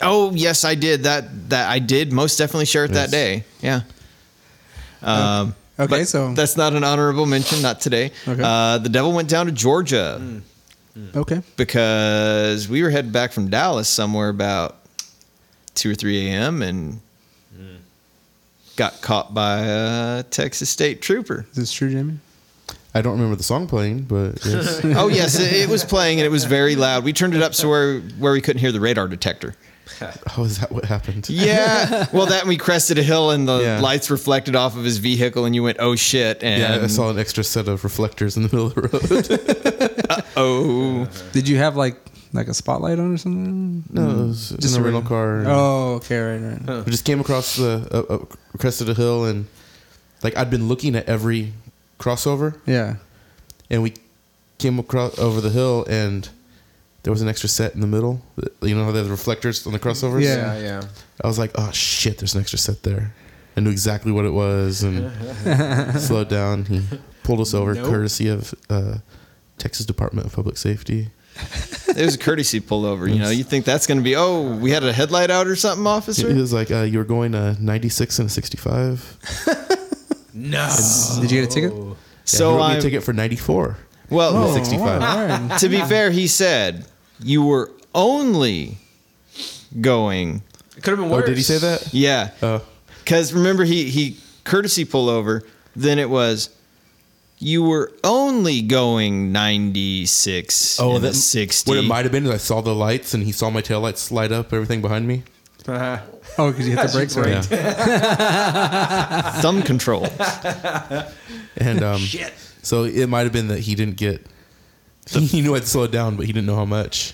L: Oh yes, I did that. That I did most definitely share it
M: Yes.
L: that day. Yeah. Um,
A: okay,
L: so that's not an honorable mention. Not today.
A: Okay.
L: Uh, the devil went down to Georgia
M: Mm.
A: Okay.
L: because we were headed back from Dallas somewhere about two or three a.m. and
M: Mm.
L: got caught by a Texas state trooper.
A: Is this true, Jamie?
M: I don't remember the song playing, but yes.
L: oh yes, it, it was playing and it was very loud. We turned it up so where where we couldn't hear the radar detector.
M: oh, is that what happened?
L: Yeah. Well, that and we crested a hill and the
M: Yeah.
L: lights reflected off of his vehicle, and you went, "Oh shit!" And
M: yeah, I saw an extra set of reflectors in the middle of the road.
L: Oh.
A: Did you have like like a spotlight on or something?
M: No,
C: Mm.
M: it was in a
A: a
M: rental
A: regular-
M: car.
A: Oh, okay, right, right.
M: We just came across the uh, uh, crest of the hill, and like I'd been looking at every crossover.
A: Yeah.
M: and we came across over the hill, and there was an extra set in the middle. You know how they have the reflectors on the crossovers.
C: Yeah, yeah.
M: I was like, oh shit, there's an extra set there. I knew exactly what it was and slowed down. He pulled us over,
L: Nope.
M: courtesy of uh, Texas Department of Public Safety.
L: it was a courtesy pullover. You know, you think that's going to be, "Oh, we had a headlight out or something,
M: He
L: officer."
M: he was like, uh, you were going uh, 96 and a 65.
L: No.
A: Did you get a ticket?
M: So he
L: Oh. So
M: wrote me
L: I'm-
M: a ticket for 94.
L: Well,
M: and
L: Oh,
M: 65.
L: to be fair, he said you were only going. It
C: could have been
M: Oh, did he say that? Oh.
L: Yeah. Because remember, he he courtesy pullover. Then it was you were only going ninety six.
M: Oh,
L: and a
M: that-
L: sixty.
M: What it might have been is I saw the lights and he saw my taillights light up, everything behind me.
L: Uh-huh.
A: Oh, because you hit the
M: As you
A: brakes right.
L: Thumb control.
M: And um,
L: Shit.
M: so it might have been that he didn't get. He knew I'd slowed down, but he didn't know how much.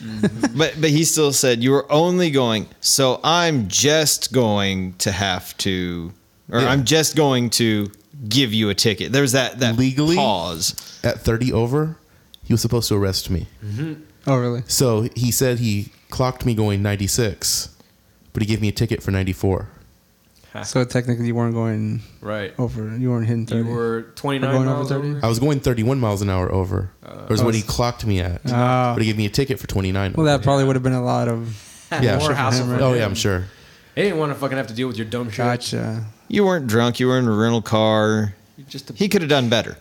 L: but but he still said you were only going. So I'm just going to have to, or
M: Yeah.
L: I'm just going to give you a ticket. There's that that legally pause.
M: At 30 over, he was supposed to arrest me.
A: Oh, really?
M: So he said he clocked me going 96, but he gave me a ticket for 94.
A: So technically, you weren't going
C: right
A: over. You weren't hitting
C: You
A: thirty.
C: were 29
A: going
C: miles
A: over thirty.
M: I was going 31 miles an hour over, or is
A: Oh,
M: what he
A: it's-
M: clocked me at.
A: Ah.
M: but he gave me a ticket for 29.
A: Well, that probably would have been a lot of
M: yeah, sure.
A: for him, right?
M: Oh, yeah, I'm sure.
C: They didn't want to fucking have to deal with your dumb shit.
A: Gotcha.
L: You weren't drunk. You were in a rental car.
C: Just
L: he could have done better.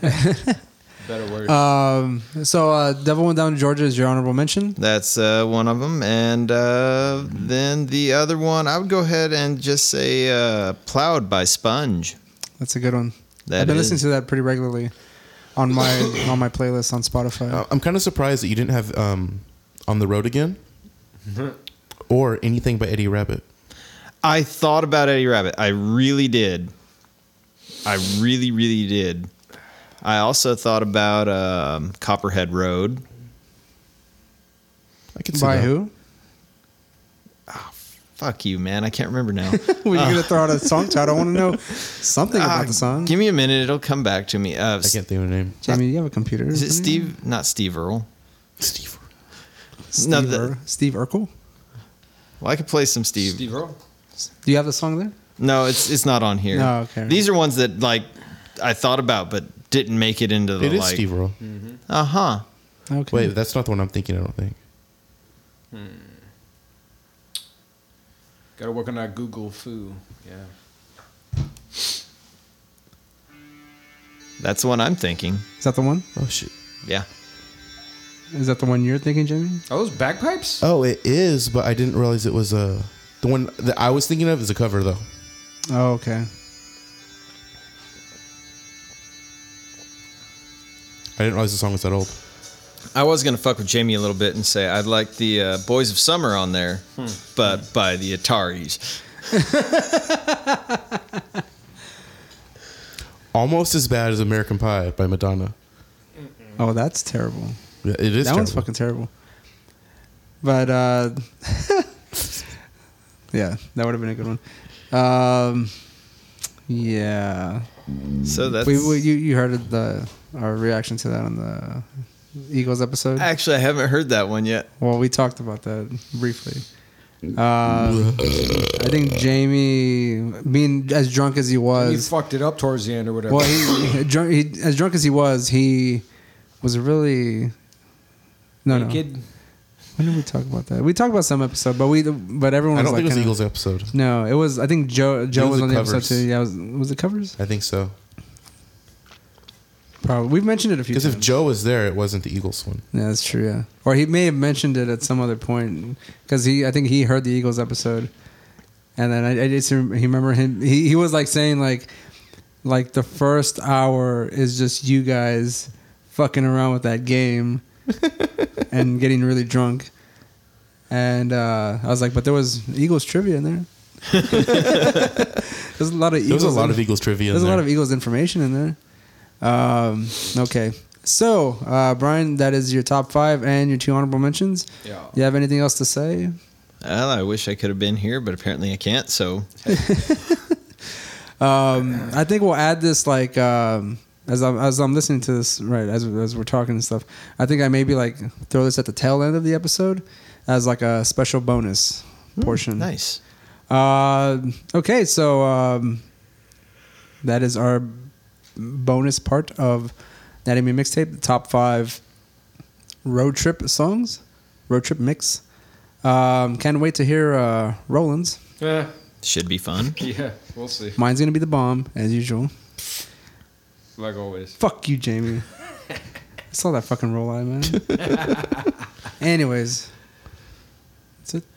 C: Better word.
A: Um. So, uh, Devil Went Down to Georgia is your honorable mention.
L: That's uh, one of them. And uh, then the other one, I would go ahead and just say uh, Plowed by Sponge.
A: That's a good one.
L: That
A: I've been
L: is-
A: listening to that pretty regularly on my on my playlist on Spotify.
M: Uh, I'm kind of surprised that you didn't have um, On the Road Again or anything by Eddie Rabbit.
L: I thought about Eddie Rabbit. I really did. I really, really did. I also thought about um, Copperhead Road.
M: I
A: can see By that. who?
L: Ah, fuck you, man. I can't remember now.
A: Were you
L: Uh,
A: gonna throw out a song title? I want to know something about the song.
L: Ah, Give me a minute. It'll come back to me. Uh, I can't
M: think of a name.
A: Jamie, you have a computer?
L: Is it Steve? Not Steve Earle.
M: Steve.
A: Steve,
L: No, the-
A: Ur- Steve Urkel.
L: Well, I could play some Steve.
C: Steve Earle.
A: Do you have the song there?
L: No, it's it's not on here.
A: No, okay.
L: These are ones that like I thought about but didn't make it into the
M: It is
L: like,
M: Steve Earle.
L: Uh huh.
A: Okay.
M: Wait, that's not the one I'm thinking. I don't think.
C: Got to Hmm. work on that Google foo. Yeah.
L: That's the one I'm thinking.
A: Is that the one?
M: Oh shit.
L: Yeah.
A: Is that the one you're thinking, Jimmy?
C: Are those bagpipes?
M: Oh, it is, but I didn't realize it was a. The one that I was thinking of is a cover though.
A: Oh, okay.
M: I didn't realize the song was that old.
L: I was gonna fuck with Jamie a little bit and say I'd like the uh, Boys of Summer on there,
A: Hmm.
L: but by the Ataris.
M: Almost as bad as American Pie by Madonna.
A: Oh, that's terrible.
M: Yeah, it is.
A: that one's
M: terrible.
A: fucking terrible. But uh, yeah, that would have been a good one. Um, yeah.
L: So that's-
A: we, we you you heard of the our reaction to that on the Eagles episode.
L: Actually, I haven't heard that one yet.
A: Well, we talked about that briefly. Um, I think Jamie, being as drunk as he
C: He
A: was,
C: fucked it up towards the end or whatever.
A: well, he, drunk, he as drunk as he was, he was really no no.
C: Naked.
A: When did we talk about that? We talked about some episode, but we but everyone.
M: I
A: was
M: don't
A: like
M: think it was Eagles
A: kinda-
M: episode.
A: No, it was. I think Joe Joe
M: It was
A: was,
M: the
A: on the episode
M: covers.
A: too. Yeah, it was, was it covers?
M: I think so.
A: Probably we've mentioned it a few
M: Because
A: times.
M: if Joe was there, it wasn't the Eagles one.
A: yeah, that's true. Yeah, or he may have mentioned it at some other point because he I think he heard the Eagles episode, and then I, I just rem- he remember him. He he was like saying like like the first hour is just you guys fucking around with that game and getting really drunk. And uh, I was like, but there was Eagles trivia in there. There's a lot of
M: There was
A: Eagles.
M: a lot of Eagles trivia in
A: There's a lot
M: there.
A: of Eagles information in there. Um, okay, so uh, Brian, that is your top five and your two honorable mentions.
L: Yeah.
A: You have anything else to say?
L: Well, I wish I could have been here, but apparently I can't. So
A: Um, I think we'll add this like um, as I'm as I'm listening to this right as as we're talking and stuff. I think I maybe like throw this at the tail end of the episode as like a special bonus portion.
L: Nice.
A: Uh, okay, so um, that is our bonus part of that Anime mixtape, the top five road trip songs, road trip mix. Um, can't wait to hear uh, Roland's.
C: Yeah.
L: Should be fun.
C: Yeah, we'll see.
A: Mine's gonna be the bomb as usual.
C: Like always.
A: Fuck you, Jamie. I saw that fucking roll eye, man. Anyways, that's it.